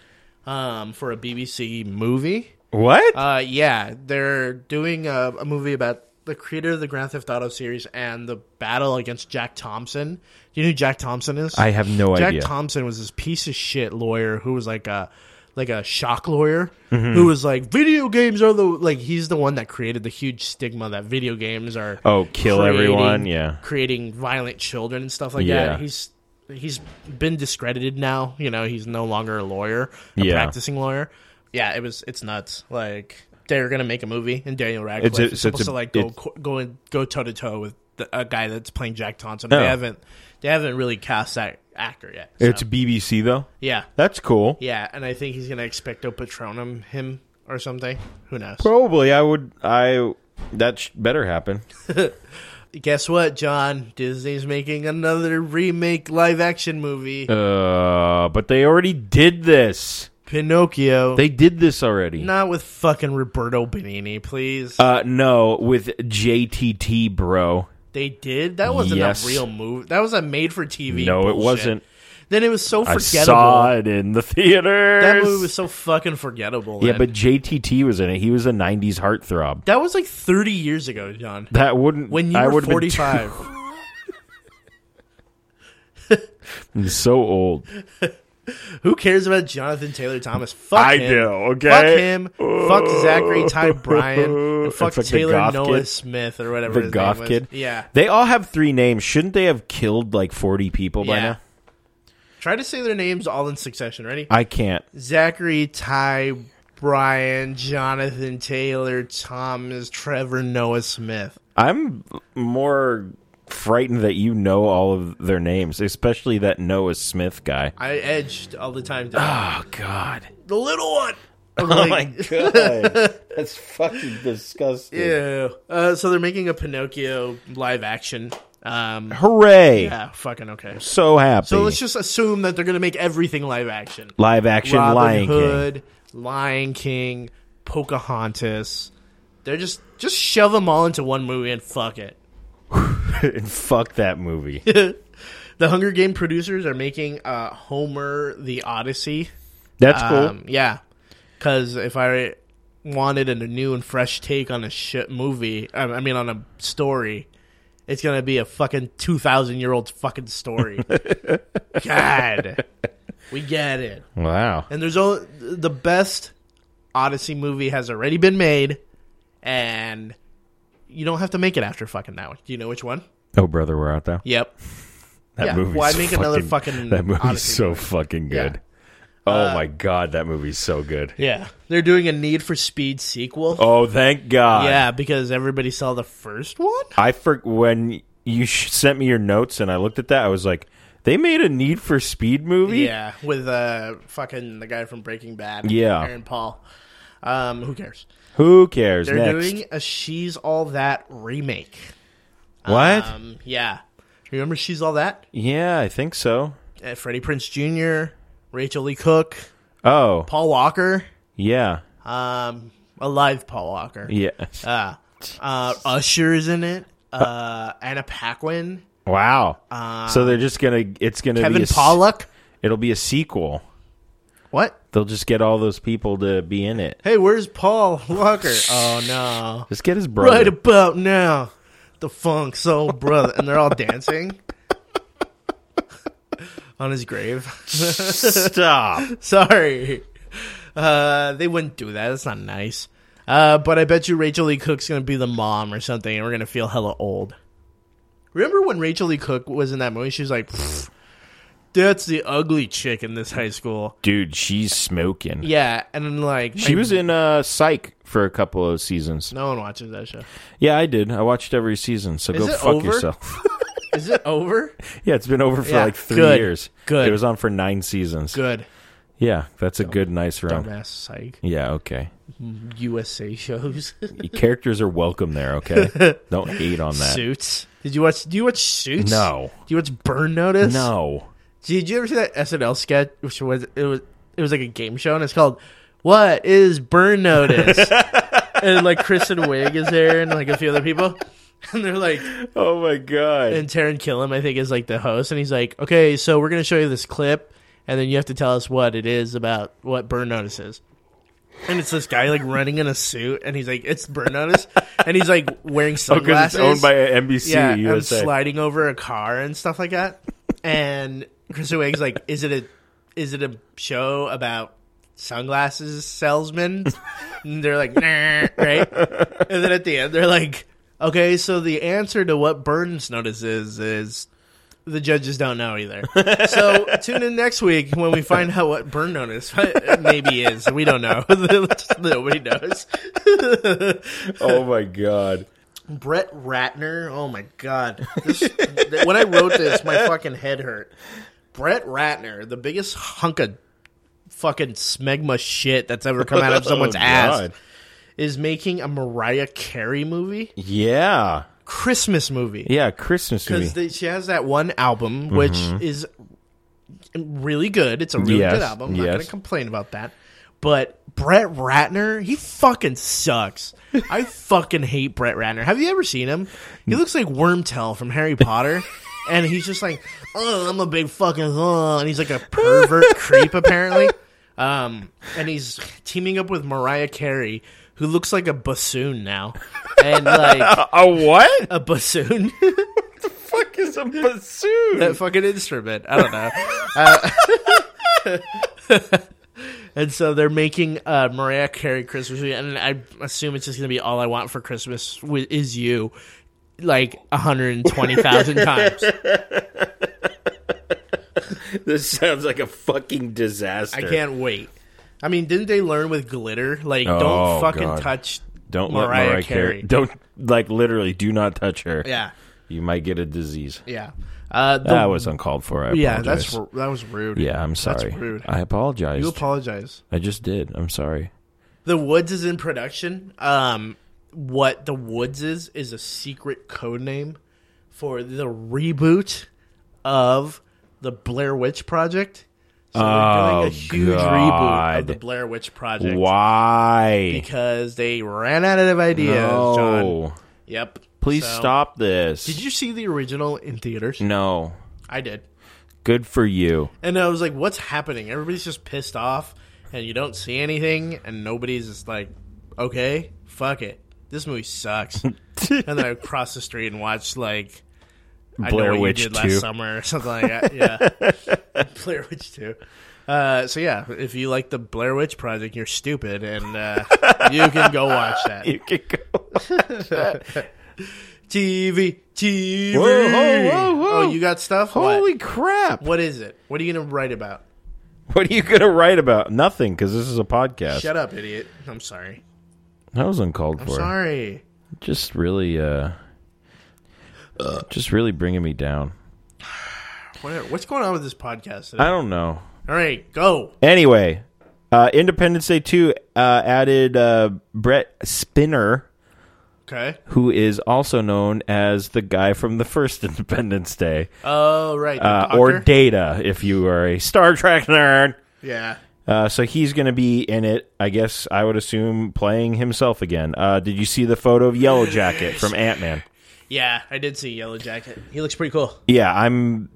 um, for a BBC movie.
What?
Uh, yeah, they're doing a, a movie about the creator of the Grand Theft Auto series and the battle against Jack Thompson. Do you know who Jack Thompson is?
I have no
Jack
idea.
Thompson was this piece of shit lawyer who was like a like a shock lawyer
Mm-hmm.
who was like video games are the like he's the one that created the huge stigma that video games are
Oh, kill everyone, yeah.
creating violent children and stuff like
Yeah.
that. He's he's been discredited now. You know, he's no longer a lawyer, a
Yeah.
practicing lawyer. Yeah, it was it's nuts. Like they're gonna make a movie, and Daniel Radcliffe
It's a-
is
so it's
supposed
a-
to like go
it's-
co- go and go toe to toe with the, a guy that's playing Jack Thompson.
Oh.
They haven't they haven't really cast that actor yet. so-
it's BBC though.
yeah,
That's cool.
yeah, and I think he's gonna expecto patronum him or something. Who knows?
Probably I would. I that sh- better happen.
Guess what, John? Disney's making another remake live action movie,
Uh, but they already did this.
Pinocchio.
They did this already.
Not with fucking Roberto Benini, please.
Uh, no, with JTT, bro.
they did. That wasn't
yes.
a real movie. That was a made-for-TV.
No, it
bullshit.
wasn't.
Then it was so
I
forgettable.
saw it in the theater.
That movie was so fucking forgettable.
Yeah,
man.
but JTT was in it. He was a '90s heartthrob.
that was like 30 years ago, John.
That wouldn't
When you
I
were
would've been too-
45.
I'm so old.
Who cares about Jonathan Taylor Thomas? Fuck
I
him.
do, okay?
Fuck him. Fuck
Oh.
Zachary Ty Bryan. And fuck
It's like the
Taylor
goth
Noah
kid.
Smith or whatever.
The
his
goth
name was.
kid?
Yeah.
They all have three names. Shouldn't they have killed like 40 people by
yeah.
now?
Try to say their names all in succession. Ready?
I can't.
Zachary Ty Bryan, Jonathan Taylor Thomas, Trevor Noah Smith.
I'm more frightened that you know all of their names, especially that Noah Smith guy.
I edged all the time. down.
Oh God.
the little one. I'm
Oh
like,
my god. That's fucking disgusting.
Ew. Uh, so they're making a Pinocchio live action. Um,
Hooray.
yeah, fucking okay.
So happy.
So let's just assume that they're gonna make everything live action.
Live action
Robin
Lion King.
Hood, Lion King, Pocahontas. They're just just shove them all into one movie and fuck it.
and fuck that movie.
The Hunger Game producers are making uh, Homer the Odyssey.
That's cool.
Um, yeah, because if I wanted a new and fresh take on a shit movie, um, I I mean on a story, it's gonna be a fucking two thousand year old fucking story. God, we get it.
Wow.
And there's only the best Odyssey movie has already been made, and you don't have to make it after fucking that one. Do you know which one?
Oh brother, we're out there.
Yep.
That
Yeah,
movie's
why make another fucking
That movie's
Odyssey Uh,
so fucking good. Oh my god, that movie's so good.
Yeah, they're doing a Need for Speed sequel.
Oh, thank God.
Yeah, because everybody saw the first one.
I for when you sh- sent me your notes and I looked at that, I was like, they made a Need for Speed movie.
Yeah, with uh fucking the guy from Breaking Bad.
Yeah.
Aaron Paul. Um, who cares?
Who cares?
They're
Next,
doing a She's All That remake.
what?
Um, yeah. Remember She's All That?
yeah, I think so.
Uh, Freddie Prince Jr., Rachel Lee Cook,
Oh,
Paul Walker,
yeah,
um, a live Paul Walker.
yeah.
Uh, uh, Usher is in it. Uh, Anna Paquin,
wow. so they're just gonna. It's gonna be
uh, Kevin
a s-
Pollock.
It'll be a sequel.
What?
They'll just get all those people to be in it.
Hey, where's Paul Walker? Oh no.
Just get his brother.
right about now, the funk soul brother, and they're all dancing on his grave.
Stop.
Sorry, uh, they wouldn't do that. That's not nice. Uh, but I bet you Rachel Lee Cook's gonna be the mom or something, and we're gonna feel hella old. Remember when Rachel Lee Cook was in that movie? She was like, "Pfft, "That's the ugly chick in this high school."
Dude, she's smoking.
Yeah, and then like
She
my-
was in uh, Psych for a couple of seasons.
No one watches that show.
Yeah, I did. I watched every season. So go
it
fuck
over?
yourself.
Is it over?
Yeah, it's been over for
Yeah,
like three
good,
years.
good.
It was on for nine seasons.
Good.
Yeah, that's a good, nice run.
Dumbass psych.
Yeah, okay.
USA shows.
Your characters are welcome there, okay? Don't hate on that.
Suits. Did you watch? Do you watch Suits?
No.
Do you watch Burn Notice?
No.
Did you ever see that SNL sketch? Which was it was it was like a game show, and it's called "What Is Burn Notice?" and like Kristen Wiig is there, and like a few other people, and they're like,
Oh my god.
and Taron Killam I think is like the host, and he's like, "Okay, so we're gonna show you this clip, and then you have to tell us what it is about what Burn Notice is." And it's this guy like running in a suit, and he's like, "It's Burn Notice," and he's like wearing
because Oh, it's
sunglasses
owned by NBC
yeah,
USA.
and sliding over a car and stuff like that. and Kristen Wiig's like, "Is it a, is it a show about sunglasses salesmen?" and they're like, "Nah," right? And then at the end, they're like, "Okay, so the answer to what Burns Notice is is." The judges don't know either. So tune in next week when we find out what burn notice maybe is. We don't know. Nobody knows.
oh my god.
Brett Ratner. Oh my god! This, th- when I wrote this, my fucking head hurt. Brett Ratner, the biggest hunk of fucking smegma shit that's ever come out of someone's
Oh,
ass,
God.
is making a Mariah Carey movie,
Yeah.
Christmas movie.
Yeah, Christmas movie.
Because she has that one album, which is really good. It's a really
Mm-hmm. Yes,
good album. I'm not going
yes.
to complain about that. But Brett Ratner, he fucking sucks. I fucking hate Brett Ratner. Have you ever seen him? He looks like Wormtail from Harry Potter. and he's just like, oh, I'm a big fucking, oh, and he's like a pervert creep, apparently. Um, and he's teaming up with Mariah Carey, who looks like a bassoon now. And like,
a what?
a bassoon.
fuck is was a bassoon.
that fucking instrument. I don't know. Uh, and so they're making uh, Mariah Carey Christmas, movie, and I assume it's just going to be "All I Want for Christmas Wi- Is You," like 120,000 times.
this sounds like a fucking disaster.
I can't wait. I mean, didn't they learn with glitter? Like,
Oh,
don't fucking
God.
touch.
Don't
Mariah
let Mariah Carey.
Carey.
Don't like literally. Do not touch her.
Yeah,
you might get a disease.
yeah. Uh, the,
That was uncalled for. I
yeah,
apologize.
that's ru- that was rude.
yeah. I'm sorry.
rude.
I apologize.
you apologize.
I just did. I'm sorry.
The Woods is in production. Um, what the Woods is is a secret code name for the reboot of the Blair Witch Project. So they're doing
Oh,
a huge reboot of
God.
the Blair Witch Project
Why?
because they ran out of ideas. John.
no.
Yep.
Please
So-
stop Hmm. this.
Did you see the original in theaters?
No.
I did,
Good for you.
and I was like, "What's happening?" Everybody's just pissed off, and you don't see anything, and nobody's just like, "Okay, fuck it." This movie sucks. and then I would cross the street and watch like I know
Blair
what
Witch
you did
2.
last summer or something like that. Yeah, Blair Witch Two. Uh, so yeah, if you like the Blair Witch Project, you're stupid, and uh, you can go watch that.
You can go.
TV, TV.
Whoa, whoa, whoa, whoa.
Oh, you got stuff. What?
Holy crap.
what is it? What are you gonna write about?
What are you going to write about? Nothing, because this is a podcast.
Shut up, idiot. I'm sorry.
That was uncalled for.
Sorry.
Just really, uh, just really bringing me down.
Whatever. What's going on with this podcast today?
I don't know.
All right, go.
Anyway, uh, Independence Day 2 uh, added uh, Brett Spinner,
Okay.
who is also known as the guy from the first Independence Day,
Oh, right. the
uh, or
doctor?
Data, if you are a Star Trek nerd.
yeah.
Uh, so he's going to be in it, I guess. I would assume playing himself again. Uh, did you see the photo of Yellow Jacket from Ant Man?
Yeah, I did see Yellow Jacket. He looks pretty cool.
Yeah, I'm.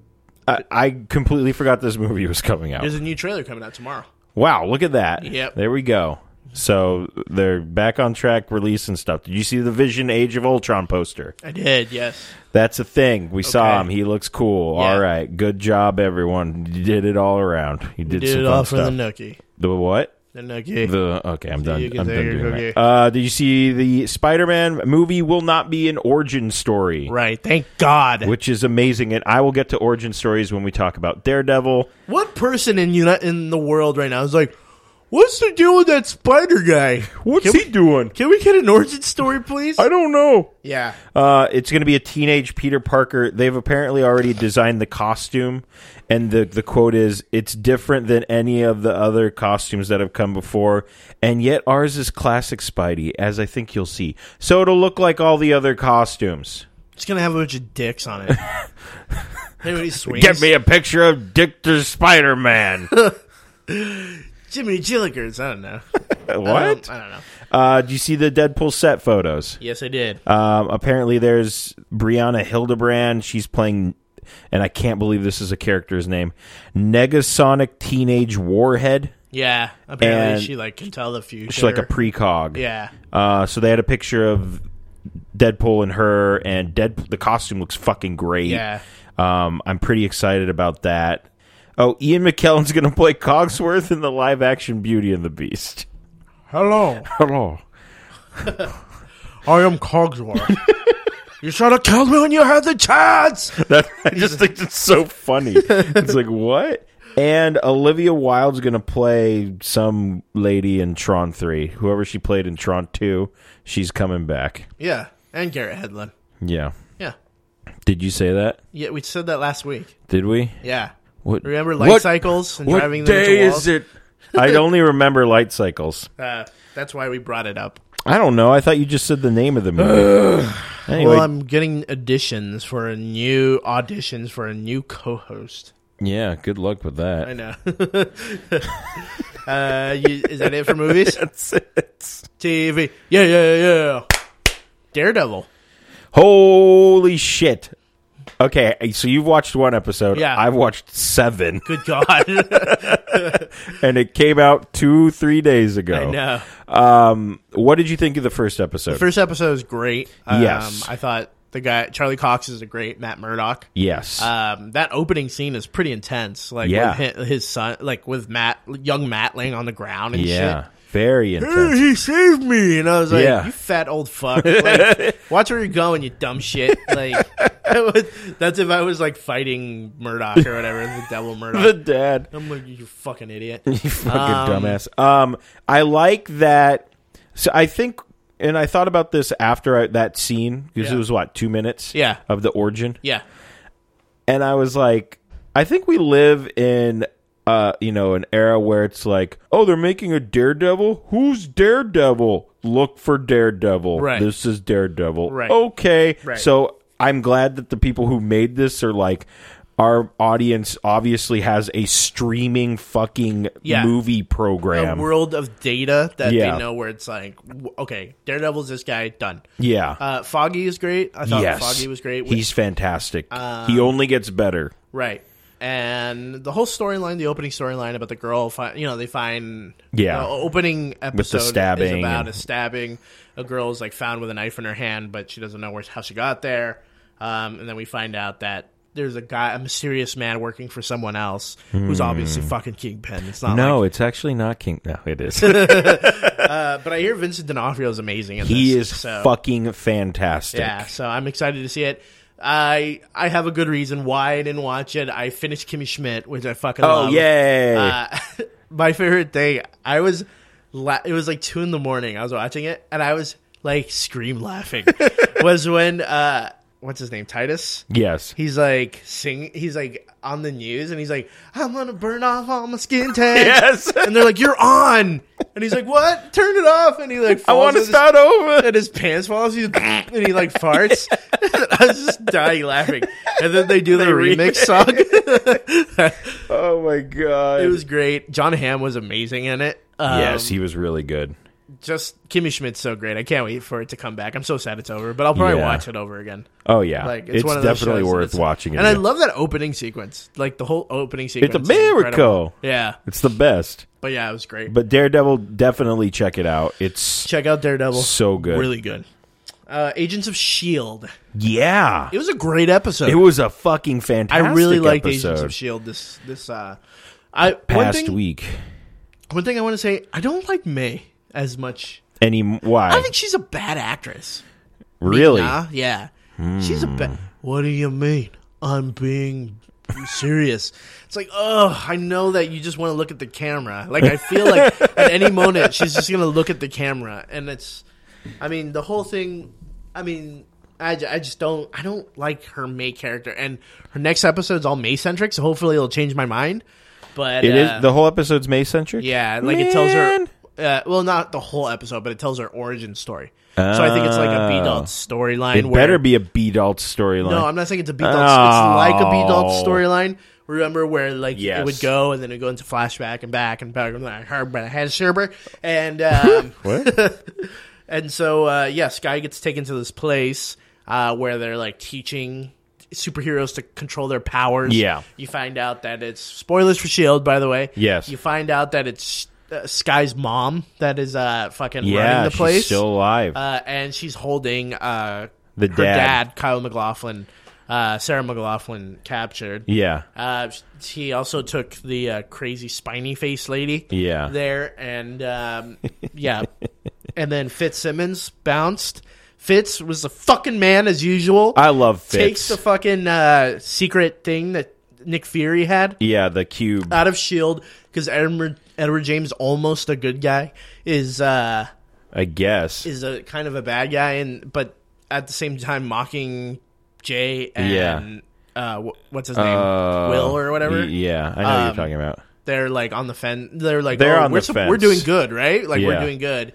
I, I completely forgot this movie was coming out.
There's a new trailer coming out tomorrow.
Wow, look at that.
Yep.
There we go. So they're back on track release and stuff. Did you see the Vision Age of Ultron poster?
I did, yes.
That's a thing. We
Okay.
saw him. He looks cool.
Yeah.
All right. Good job, everyone. You did it all around. You did,
Did
some
it
fun
all for
stuff.
the nookie.
the what?
The nookie.
The okay, I'm done.
you can
I'm
say
done
your
doing
cookie.
that. Uh, did you see the Spider-Man movie? Will not be an origin story,
right. Thank God.
which is amazing. And I will get to origin stories when we talk about Daredevil.
what person in uni- in the world right now is like, what's the deal with that spider guy?
What's
Can
he
we-
doing?
Can we get an origin story, please?
I don't know.
yeah.
Uh, it's going to be a teenage Peter Parker. They've apparently already designed the costume, and the the quote is, "It's different than any of the other costumes that have come before, and yet ours is classic Spidey, as I think you'll see. So it'll look like all the other costumes."
It's going to have a bunch of dicks on it. Anybody swings?
Get me a picture of Dick the Spider Man.
Jimmy Jillikers. I don't know.
what?
Um, I don't know.
Uh, do you see the Deadpool set photos?
Yes, I did.
Um, apparently, there's Brianna Hildebrand. She's playing, and I can't believe this is a character's name, Negasonic Teenage Warhead.
yeah. Apparently,
and-
she like can tell the future.
She's like a precog.
yeah.
Uh, so they had a picture of Deadpool and her, and Dead. The costume looks fucking great.
Yeah.
Um, I'm pretty excited about that. Oh, Ian McKellen's going to play Cogsworth in the live action Beauty and the Beast.
Hello,
Hello.
I am Cogsworth. you should have killed me when you had the chance.
That I just think it's so funny. It's like what? And Olivia Wilde's gonna play some lady in Tron Three. Whoever she played in Tron Two, she's coming back.
Yeah, and Garrett Hedlund.
Yeah.
Yeah,
Did you say that?
yeah, we said that last week.
Did we?
Yeah,
What?
remember light
what-
cycles and
What
driving them
day
into walls.
is it? I only remember light cycles.
Uh, that's why we brought it up.
I don't know. I thought you just said the name of the movie. anyway,
Well, I'm getting auditions for a new auditions for a new co-host.
yeah. Good luck with
I
that.
know. uh, you, is that it for movies?
That's it.
TV. Yeah, yeah, yeah. Daredevil.
Holy shit. Okay, so you've watched one episode.
Yeah.
I've watched seven,
Good God.
and it came out two, three days ago.
I know.
Um, what did you think of the first episode?
First episode is great. Um,
Yes.
I thought The guy Charlie Cox is a great Matt Murdock.
Yes.
Um, that opening scene is pretty intense. Like
Yeah.
with his, his son, like with Matt, young Matt laying on the ground and
yeah. Very
shit. "Hey,
intense.
he saved me, and I was like,
Yeah.
"You fat old fuck! Like, watch where you're going, you dumb shit!" Like that was- that's if I was like fighting Murdoch or whatever, the devil Murdoch.
the dad.
I'm like, you fucking idiot.
You fucking dumbass. Um, I like that. So I think, and I thought about this after I, that scene because
Yeah.
it was what two minutes,
Yeah.
of the origin,
yeah.
and I was like, I think we live in. Uh, you know, an era where it's like, oh, they're making a Daredevil. Who's Daredevil? Look for Daredevil.
Right.
This is Daredevil.
Right.
Okay.
Right.
So I'm glad that the people who made this are like, our audience obviously has a streaming fucking
Yeah.
movie program.
A world of data that
Yeah.
they know where it's like, w- okay, Daredevil's this guy, done.
Yeah.
Uh, Foggy is great. I thought
yes.
Foggy was great. Uh,
He's fantastic. he only gets better.
Right. And the whole storyline, the opening storyline about the girl, fi- you know, they find
Yeah.
the opening episode is
stabbing
about
and-
a stabbing. A girl is like found with a knife in her hand, but she doesn't know where how she got there. Um, and then we find out that there's a guy, a mysterious man working for someone else who's obviously fucking Kingpin. It's not like,
Hmm. No, it's actually not King. No, it is.
uh, but I hear Vincent D'Onofrio is amazing. In
he
this,
is
so.
fucking fantastic.
Yeah, so I'm excited to see it. I I have a good reason why I didn't watch it. I finished Kimmy Schmidt, which I fucking
Oh
love.
yay!
Uh, my favorite thing. I was la- it was like two in the morning. I was watching it and I was like scream laughing. was when uh, what's his name Titus.
yes.
He's like sing. He's like on the news, and he's like, "I'm gonna burn off all my skin tags."
yes.
And they're like, "You're on," and he's like, "What? Turn it off!" And he like,
I
falls
want to
with his
start over.
and his pants fall off, he's, and he like farts. I was just dying laughing. And then they do their remix song.
Oh my god.
it was great. John Hamm was amazing in it. Um,
yes, he was really good.
Just Kimmy Schmidt's so great. I can't wait for it to come back. I'm so sad it's over, but I'll probably
Yeah.
watch it over again.
Oh yeah.
Like
it's
it's, one of those
definitely
shows that
worth
it's-
watching.
And I
again.
love that opening sequence. Like the whole opening sequence. is
miracle.
incredible. Yeah,
it's the best.
but yeah, it was great.
But Daredevil, definitely check it out. It's
Check out Daredevil.
so good.
Really good. Uh, Agents of Shield.
yeah.
It was a great episode.
It was a fucking fantastic.
I really liked
episode
Agents of Shield this this uh I one
past
thing
week.
one thing I want to say I don't like May as much.
Any why?
I think she's a bad actress.
really?
Nah, yeah. She's a bad. What do you mean? I'm being serious. It's like, oh, I know that you just want to look at the camera. Like I feel like at any moment she's just gonna look at the camera, and it's. I mean, the whole thing. I mean. I, ju- I just don't I don't like her May character and her next episode's all May centric so hopefully it'll change my mind but
It is
uh,
the whole episode's May centric.
yeah, like it tells her.
Man.
Uh, well, not the whole episode, but it tells her origin story. so I think it's like a B
Oh.
Dalt storyline.
It
where-
better be a B Dalt storyline.
No, I'm not saying it's a B Dalt. It's like a B Dalt
Oh.
storyline. Remember where like
Yes.
it would go, and then it would go into flashback and back and back and like her, but I had Sherber, and um,
what?
and so uh, yeah, Sky gets taken to this place uh, where they're like teaching superheroes to control their powers.
Yeah.
you find out that it's spoilers for Shield, E by the way.
Yes.
you find out that it's uh, Sky's mom that is uh, fucking
yeah,
running the place,
she's still alive.
uh, and she's holding uh,
The
her
dad.
Kyle McLaughlin, uh, Sarah McLaughlin captured.
yeah,
Uh, he also took the uh, crazy spiny face lady.
Yeah.
There and um, yeah, and then Fitzsimmons bounced. Fitz was the fucking man as usual.
I love
Takes
Fitz.
the fucking uh, secret thing that Nick Fury had
yeah, the cube.
out of Shield because Edward, Edward James, almost a good guy, is uh,
I guess.
is a kind of a bad guy, and but at the same time mocking Jay and
Yeah.
uh, wh- what's his name,
Uh,
Will or whatever
y- Yeah, I know what you're
Um,
talking about.
they're like on the fence. They're like
They're
oh,
on
we're
the
sup-
fence.
We're doing good, right? Like
Yeah.
we're doing good,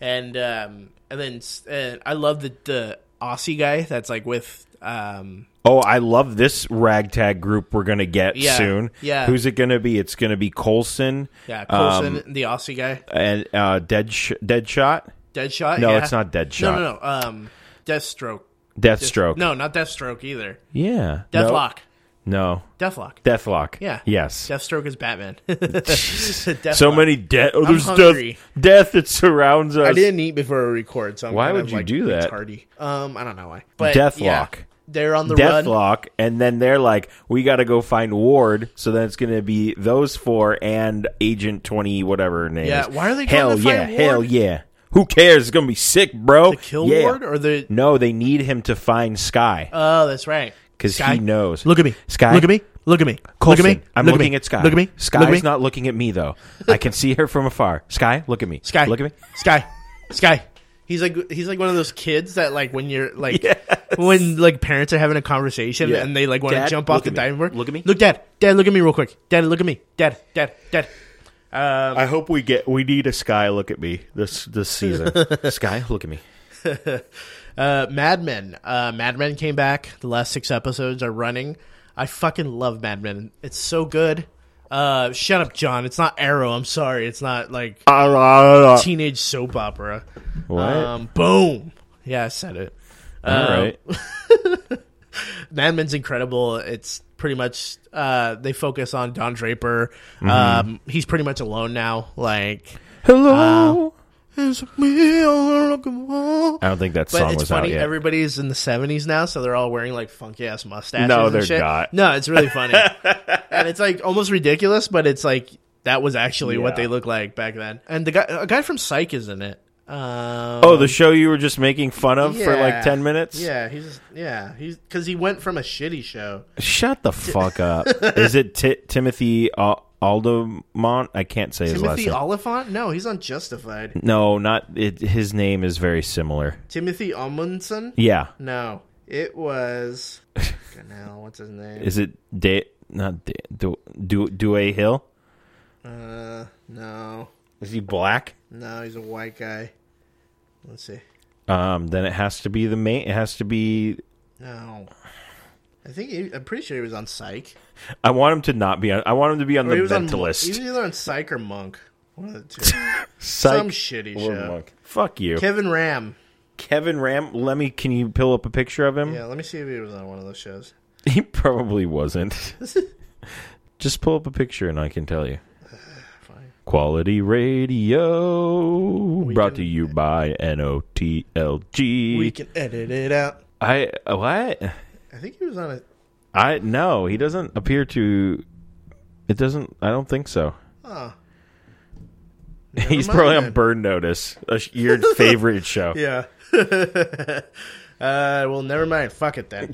and um, and then s- and I love the the Aussie guy that's like with um
Oh, I love this ragtag group we're gonna get
Yeah,
soon.
yeah.
who's it gonna be? It's gonna be Colson.
yeah
um,
Coulson, the Aussie guy,
and uh, Dead Sh- Deadshot.
Deadshot.
No,
yeah.
it's not Deadshot.
No, no, no. Um, Deathstroke.
Deathstroke.
No, not Deathstroke either.
Yeah. No.
Deathlock.
No.
Deathlock.
Deathlock.
Yeah.
Yes.
Deathstroke is Batman.
so
Deathlock.
many death. Oh,
I'm
there's
hungry.
death. Death that surrounds us.
I didn't eat before we record, so I'm
Why
kind
would
of,
you
like,
do that?
Tardy. Um, I don't know why. But yeah,
Deathlock.
they're on the run.
Deathlock, and then they're like, "We got to go find Ward." So then it's going to be those four and Agent Twenty, whatever her name
Yeah,
is.
why are they
Hell
going to
yeah,
find
hell
Ward?
yeah. Who cares? It's going to be sick, bro.
The Kill
yeah.
Ward or the
No, they need him to find Sky
Oh, that's right.
because
Sky?
he knows.
Look at me.
Sky.
Look at me. Look at me.
Coulson.
Look at me.
I'm
Look
looking
me.
at Sky.
Look at me.
Sky's
Look at me.
not looking at me though. I can see her from afar. Sky, look at me.
Sky.
look at me.
Sky. Sky. He's like he's like one of those kids that like when you're like when like parents are having a conversation
Yeah.
and they like want to
Dad,
jump
look
off the
at me.
diving board.
Look at me.
Look, Dad. Dad, look at me real quick. Dad, look at me. Dad. Dad. Dad. Um,
I hope we get. We need a Sky. Look at me this this season. Sky, look at me.
uh, Mad Men. Uh, Mad Men came back. The last six episodes are running. I fucking love Mad Men. It's so good. Uh, shut up, John. It's not Arrow. I'm sorry. It's not like teenage soap opera.
What?
Um, boom. Yeah, I said it.
All right.
Mad Men's incredible. It's pretty much uh, they focus on Don Draper. Um, he's pretty much alone now. Like
Hello.
it's me all looking for.
Uh, I don't think that
But
song
it's
was out
funny.
yet.
Everybody's in the seventies now, so they're all wearing like funky ass mustaches.
No,
and
they're
shit.
not.
No, it's really funny, and it's like almost ridiculous, but it's like that was actually what
Yeah.
they looked like back then. And the guy, a guy from Psych, is in it. Um,
oh, the show you were just making fun of for like ten minutes.
Yeah, he's yeah he's because he went from a shitty show.
Shut the fuck up. Is it Ti Timothy uh, Aldemont? I can't say his last
Timothy
name.
Oliphant? No, he's on Justified.
no, not it, his name is very similar.
Timothy Amundsen?
Yeah.
No, it was. Fucking hell, what's his name?
Is it Da Not Da Du Du Dewey Hill.
Uh, no,
Is he black?
no, he's a white guy. Let's see.
Um, then it has to be the main. It has to be.
No, I think he, I'm pretty sure he was on Psych.
I want him to not be on. I want him to be on
Or
the
Oh, he was on. Monk. He
mentalist.
was either on Psych or Monk. One of the two.
Psych
Some shitty
or
show.
Monk. Fuck you,
Kevin Ram.
Kevin Ram. Let me. Can you pull up a picture of him?
Yeah, let me see if he was on one of those shows.
He probably wasn't. Just pull up a picture and I can tell you.
Fine.
Quality radio brought to
can-
you by
We
NOTLG.
can edit it out.
I what?
I think he was on a.
I no, he doesn't appear to it doesn't I don't think so.
Oh.
He's
mind
probably on
then.
Burn Notice, a sh- your favorite show.
Yeah. uh, well, never mind. Fuck it then.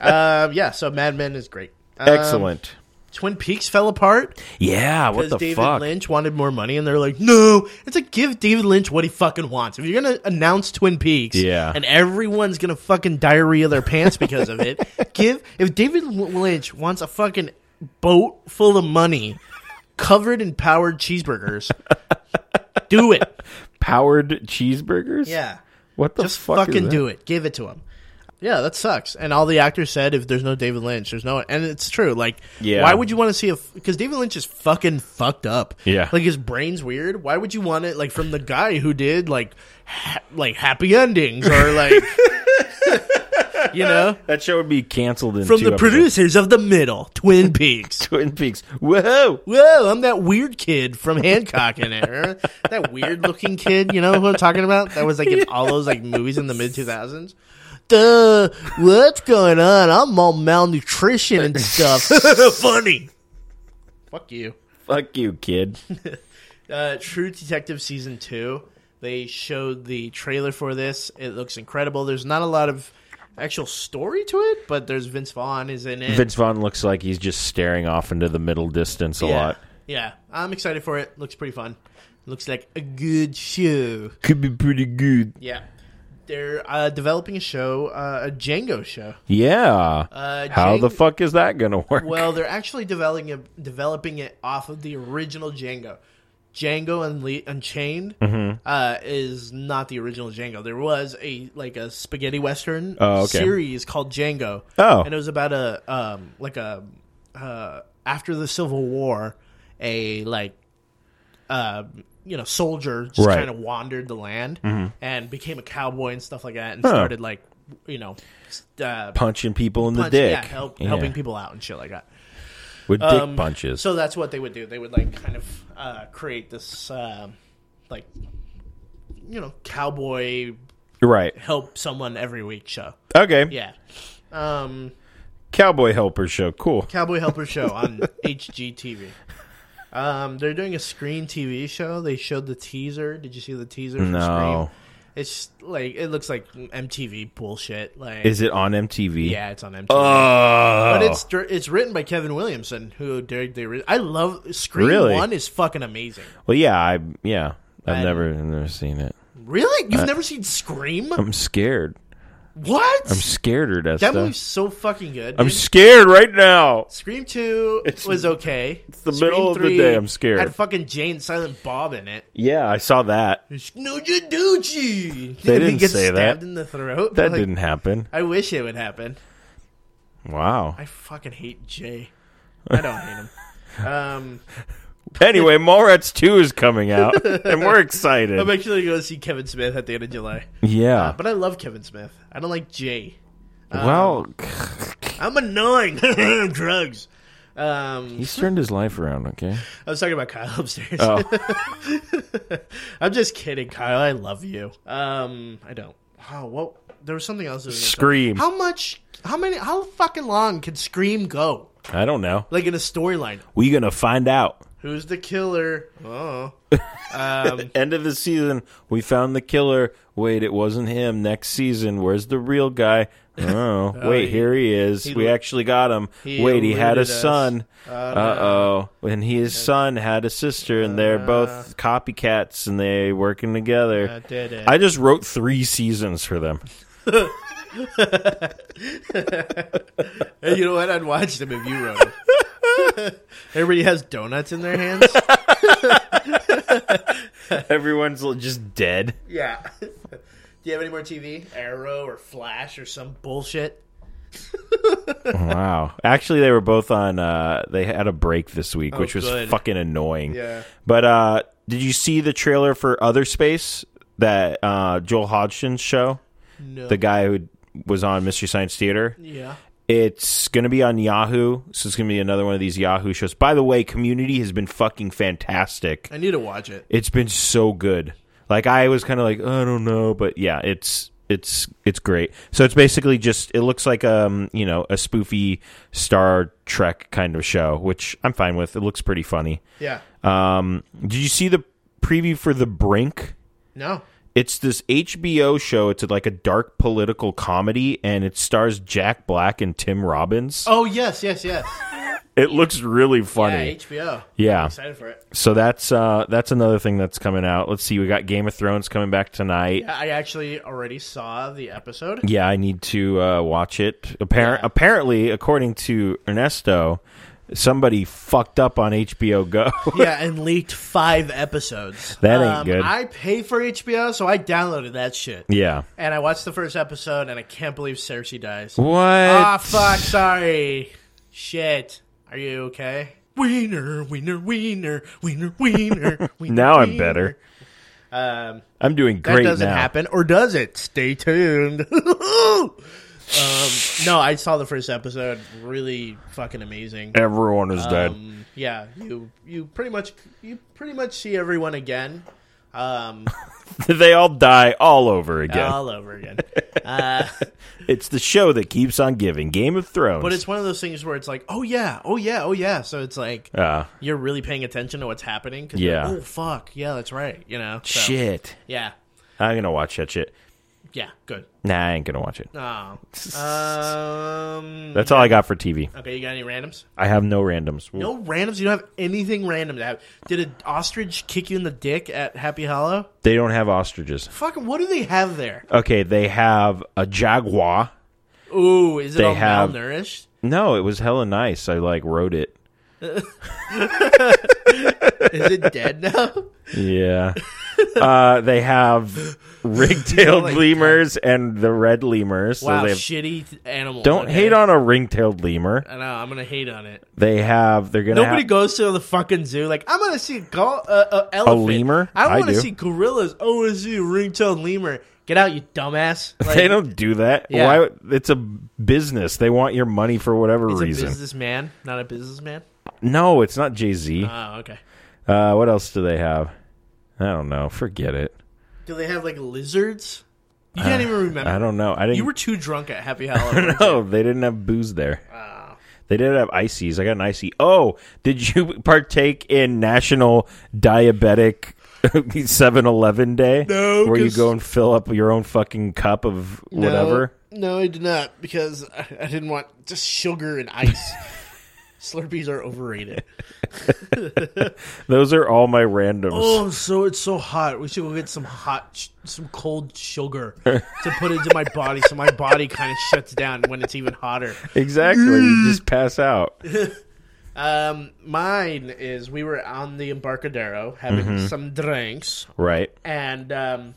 um, yeah. So Mad Men is great. Um,
Excellent.
Twin Peaks fell apart
yeah, what
because
the
David
fuck?
Lynch wanted more money, and they're like, "No, it's like give David Lynch what he fucking wants. If you're gonna announce Twin Peaks,
Yeah.
and everyone's gonna fucking diarrhea their pants because of it, give if David L- Lynch wants a fucking boat full of money covered in powered cheeseburgers, do it.
Powered cheeseburgers?
Yeah."
What the
Just
fuck is
fucking
that?
do it. Give it to him. Yeah, that sucks. And all the actors said, if there's no David Lynch, there's no. And it's true. Like,
Yeah.
why would you want to see a? Because David Lynch is fucking fucked up.
Yeah.
like his brain's weird. Why would you want it? Like from the guy who did like, ha- like happy endings or like, you know,
That show would be canceled in
from
two
the
episodes.
producers of the middle, Twin Peaks.
Twin Peaks. Whoa.
Whoa, I'm that weird kid from Hancock in it. Remember? That weird looking kid, you know who I'm talking about? That was like in all those like movies in the mid 2000s. Duh, what's going on? I'm all malnutrition and stuff. Funny. Fuck you.
Fuck you, kid.
Uh, True Detective season two. They showed the trailer for this. It looks incredible. There's not a lot of actual story to it, but there's Vince Vaughn is in it.
Vince Vaughn looks like he's just staring off into the middle distance a
yeah.
lot.
Yeah, I'm excited for it. Looks pretty fun. Looks like a good show.
Could be pretty good.
Yeah. They're uh, developing a show, uh, a Django show.
Yeah.
Uh,
How the
Django-
fuck is that gonna work?
Well, they're actually developing it, developing it off of the original Django. Django Unle- Unchained
Mm-hmm.
uh, is not the original Django. There was a like a spaghetti western
Oh, okay.
series called Django.
Oh.
and it was about a um, like a uh, after the Civil War, a like uh, you know soldier just
Right. Mm-hmm.
kind of wandered the land and became a cowboy and stuff like that, and started like you know, uh,
punching people in
punch-
the dick,
yeah, help, helping people out and shit like that.
with dick
Um,
punches.
So that's what they would do. They would like kind of uh, create this um like you know cowboy
right?
help someone every week show.
Okay,
Yeah. Um,
cowboy helper show. Cool.
Cowboy Helper show on HGTV. Um, they're doing a screen TV show. They showed the teaser. Did you see the teaser? for
No.
Scream? It's like it looks like MTV bullshit. Like
Is it on MTV?
yeah, it's on MTV.
Oh,
But it's dir- it's written by Kevin Williamson, who did the. ori- I love Scream
Really?
One is fucking amazing.
well, yeah, I yeah, I've
I-
never I've never seen it.
Really, you've never seen Scream?
Uh, I'm scared.
what?
I'm scared or
that
that stuff.
movie's so fucking good.
I'm
dude.
scared right now.
Scream Two was okay. It's
the middle of the day, I'm scared.
Had fucking Jane Silent Bob in it.
Yeah, I saw that.
No, you do, she.
They didn't
gets
say that.
stabbed in the throat.
That
Like,
didn't happen.
I wish it would happen.
Wow.
I fucking hate Jay. I don't hate him. Um,
Anyway, Mallrats 2 is coming out, and we're excited.
I'm actually going to see Kevin Smith at the end of July.
yeah.
But I love Kevin Smith. I don't like Jay.
well,
uh, I'm annoying. Drugs. Um,
he's turned his life around, okay?
I was talking about Kyle upstairs.
Oh.
I'm just kidding, Kyle. I love you. Um, I don't. Oh, well, there was something else. that was gonna-
Scream.
How much? How many? How fucking long can Scream go?
I don't know.
Like in a storyline.
we going to find out.
Who's the killer?
Uh-huh.
Oh,
End of the season, we found the killer. Wait, it wasn't him. Next season, where's the real guy? Oh, wait,
he-
here he is. we
lo-
actually got him.
he
wait, he had a
eluded us.
son. Uh oh. And his son had a sister, and
Uh-huh.
they're both copycats, and they working together.
I did it.
I just wrote three seasons for them.
Hey, you know what? I'd watch them if you wrote it. Everybody has donuts in their hands.
Everyone's l- just dead.
yeah. Do you have any more TV? Arrow or Flash or some bullshit?
Wow. Actually, they were both on. Uh, they had a break this week, which was
Oh, good.
fucking annoying.
Yeah.
But uh, did you see the trailer for Other Space? That uh, Joel Hodgson's show,
No.
the guy who was on Mystery Science Theater.
yeah.
It's going to be on Yahoo. So it's going to be another one of these Yahoo shows. By the way, Community has been fucking fantastic.
I need to watch it.
It's been so good. Like I was kind of like I don't know, but yeah, it's it's it's great. So it's basically just it looks like um you know a spoofy Star Trek kind of show, which I'm fine with. It looks pretty funny.
Yeah.
Um, did you see the preview for The Brink?
No.
It's this HBO show. It's like a dark political comedy, and it stars Jack Black and Tim Robbins.
Oh yes, yes, yes.
It looks really funny.
Yeah, HBO.
Yeah.
Excited for it.
So that's uh, that's another thing that's coming out. Let's see. We got Game of Thrones coming back tonight.
I actually already saw the episode.
Yeah, I need to uh, watch it. Appar-
Yeah.
Apparently, according to Ernesto, somebody fucked up on HBO Go.
yeah, and leaked five episodes. Um,
That ain't good.
I pay for HBO, so I downloaded that shit.
yeah.
And I watched the first episode, and I can't believe Cersei dies.
What?
Ah, fuck, sorry. Shit. Are you okay? Wiener, wiener, wiener, wiener, wiener. wiener
Now I'm
wiener.
better.
Um,
I'm doing
that
great
doesn't
now.
happen, or does it? Stay tuned. um, no, I saw the first episode. Really fucking amazing.
Everyone is dead.
Um, yeah, you you pretty much you pretty much see everyone again, um,
they all die all over again.
all over again. Uh,
it's the show that keeps on giving. Game of Thrones.
but it's one of those things where it's like, oh yeah, oh yeah, oh yeah. So it's like
Uh,
you're really paying attention to what's happening. 'cause
Yeah.
you're like, oh fuck. Yeah, that's right. You know. so,
shit.
Yeah.
I'm gonna watch that shit.
Yeah. Good.
Nah, I ain't gonna watch it.
Oh. Um.
That's all I got for TV.
okay. You got any randoms?
I have no randoms.
No randoms. You don't have anything random. To have. Did an ostrich kick you in the dick at Happy Hollow?
They don't have ostriches.
Fucking. What do they have there?
Okay, they have a jaguar.
Ooh, is it
They
all
have-
malnourished?
No, it was hella nice. I like wrote it.
Is it dead now?
Yeah. uh, they have ring-tailed
Like-
lemurs and the red lemurs. So
Wow,
they have-
shitty th- animal.
don't
okay?
hate on a ring-tailed lemur.
I know. I'm gonna hate on it.
They have. They're gonna.
Nobody
ha-
goes to the fucking zoo like I'm gonna see go- uh, uh, elephant.
lemur? I
I want
do.
to see gorillas. I want to see a ring-tailed lemur. Get out, you dumbass! Like,
they don't do that.
Yeah.
Why? It's a business. They want your money for whatever
He's a
reason.
businessman, not a businessman.
No, it's not Jay Z.
Oh, okay.
Uh, what else do they have? I don't know. Forget it.
Do they have like lizards? You can't even remember.
Uh, I don't know. I didn't.
You were too drunk at Happy Halloween.
No, Oh, they didn't have booze there.
Ah.
They did have ices. I got an icy. Oh, did you partake in National Diabetic 7 Eleven Day?
No,
Where you
'cause-
go and fill up your own fucking cup of whatever?
No, I did not because I, I didn't want just sugar and ice. Slurpees are overrated.
Those are all my randoms.
Oh, so it's so hot. We should go get some hot, sh- some cold sugar to put into my body, so my body kind of shuts down when it's even hotter.
Exactly. you just pass out.
Um, mine is we were on the Embarcadero having some drinks,
Right.
and um,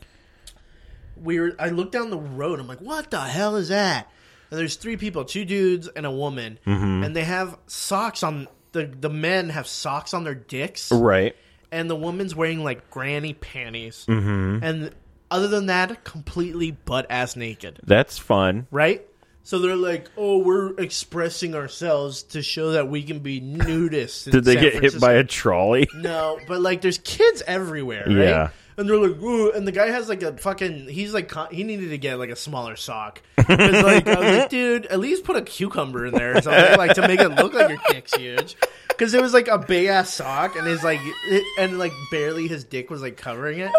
we were. I looked down the road. I'm like, what the hell is that? And there's three people, two dudes and a woman, and they have socks on. The, the men have socks on their dicks.
Right.
and the woman's wearing like granny panties,
Mm-hmm.
and other than that, completely butt ass naked,
That's fun.
right? So they're like, "Oh, we're expressing ourselves to show that we can be nudists." in
Did they
San
get hit
Francisco."
by a trolley?
No, but like, there's kids everywhere, right?
Yeah.
And they're like, "Ooh," and the guy has like a fucking. He's like, con- he needed to get like a smaller sock. 'Cause, like, I was like, dude, at least put a cucumber in there or something, like to make it look like your dick's huge. Because it was like a big ass sock, and his like, it, and like barely his dick was like covering it.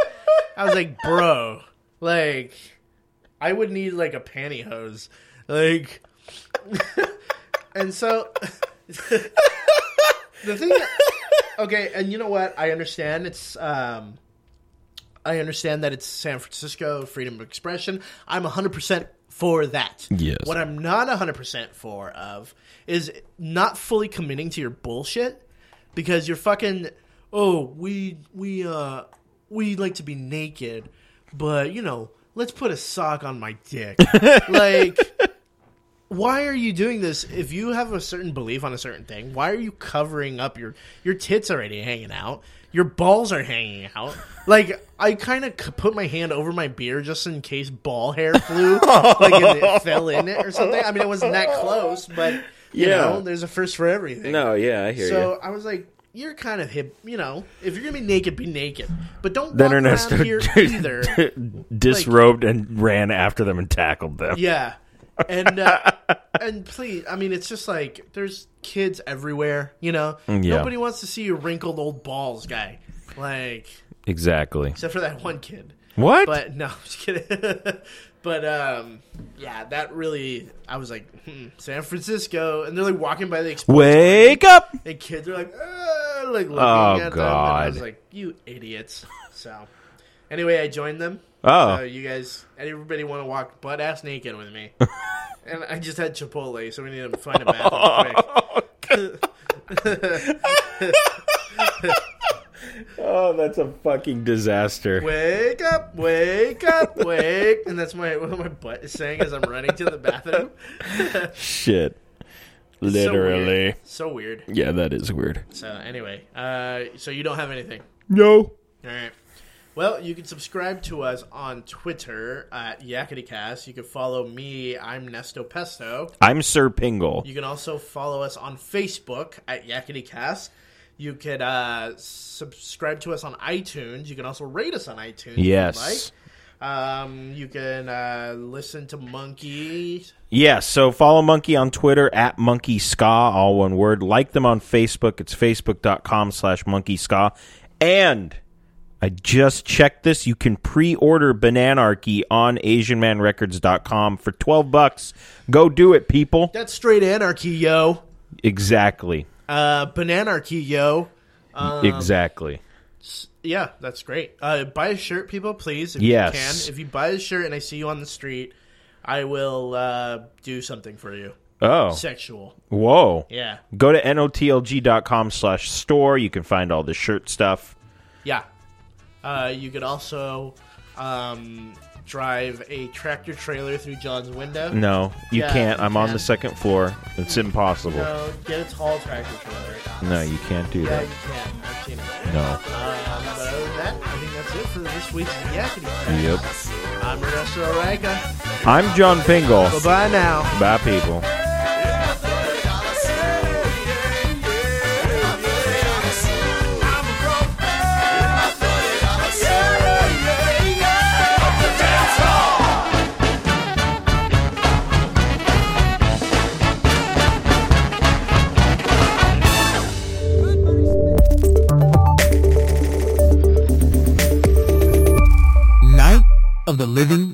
I was like, bro, like, I would need like a pantyhose, like, and so the thing. okay, and you know what? I understand it's um I understand that it's San Francisco freedom of expression. I'm 100% for that.
Yes.
What I'm not 100% for of is not fully committing to your bullshit because you're fucking oh, we we uh we like to be naked, but you know, let's put a sock on my dick. like why are you doing this if you have a certain belief on a certain thing why are you covering up your your tits already hanging out your balls are hanging out like i kind of c- put my hand over my beer just in case ball hair flew like if it fell in it or something i mean it wasn't that close but you
Yeah.
know there's a first for everything
yeah, I hear
so i was like you're kind of hip you know if you're gonna be naked be naked but don't
Then
walk
Ernesto
around here either
disrobed and ran after them and tackled them.
Yeah, and uh, and please, I mean, it's just like there's kids everywhere. You know,
yeah.
nobody wants to see your wrinkled old balls, guy. Like,
Exactly.
except for that one kid.
What?
But no, I'm just kidding. but um, yeah, that really, I was like, hmm, San Francisco, and they're like walking by the expo-
Wake up!
and kids are like, "Ah," like looking
Oh,
at them, and I
God.
was like, you idiots. So, anyway, I joined them.
Oh.
So you guys, everybody want to walk butt ass naked with me. and I just had Chipotle, so we need to find a bathroom quick.
Oh, that's a fucking disaster.
Wake up, wake up, wake. And that's my what my butt is saying as I'm running to the bathroom.
Shit.
So weird.
Literally.
So weird.
yeah, that is weird.
So, anyway, uh, so you don't have anything.
No.
All right. Well, you can subscribe to us on Twitter at YakityCast. You can follow me. I'm Nesto Pesto.
I'm Sir Pingle.
You can also follow us on Facebook at YakityCast. You could uh, subscribe to us on iTunes. You can also rate us on iTunes. if you'd
Yes.
Like. Um, you can uh, listen to Monkey.
Yeah, so follow Monkey on Twitter at Monkey Ska, all one word. Like them on Facebook. It's facebook.com slash Monkey Ska. And I just checked this. You can pre-order Bananarchy on AsianManRecords.com for 12 bucks. Go do it, people.
That's straight anarchy, yo.
Exactly.
Uh, bananarchy, yo. Um,
exactly.
Yeah, that's great. Uh, buy a shirt, people, please. If
Yes.
you can. If you buy a shirt and I see you on the street, I will uh, do something for you.
Oh.
Sexual.
Whoa.
Yeah.
Go to notlg.com slash store. You can find all the shirt stuff.
Yeah. Uh, you could also um, drive a tractor trailer through John's window.
No, you
Yeah,
can't.
you
I'm on
can.
the second floor. It's impossible. No,
No, get a tall tractor trailer.
you can't do
Yeah,
that.
you can. I've seen it.
No.
Um, but other than that, I think that's it for this week's Yakety.
Yep.
I'm Ernesto Araga.
I'm John Pingle.
Bye bye now.
Bye, people.
Night of the Living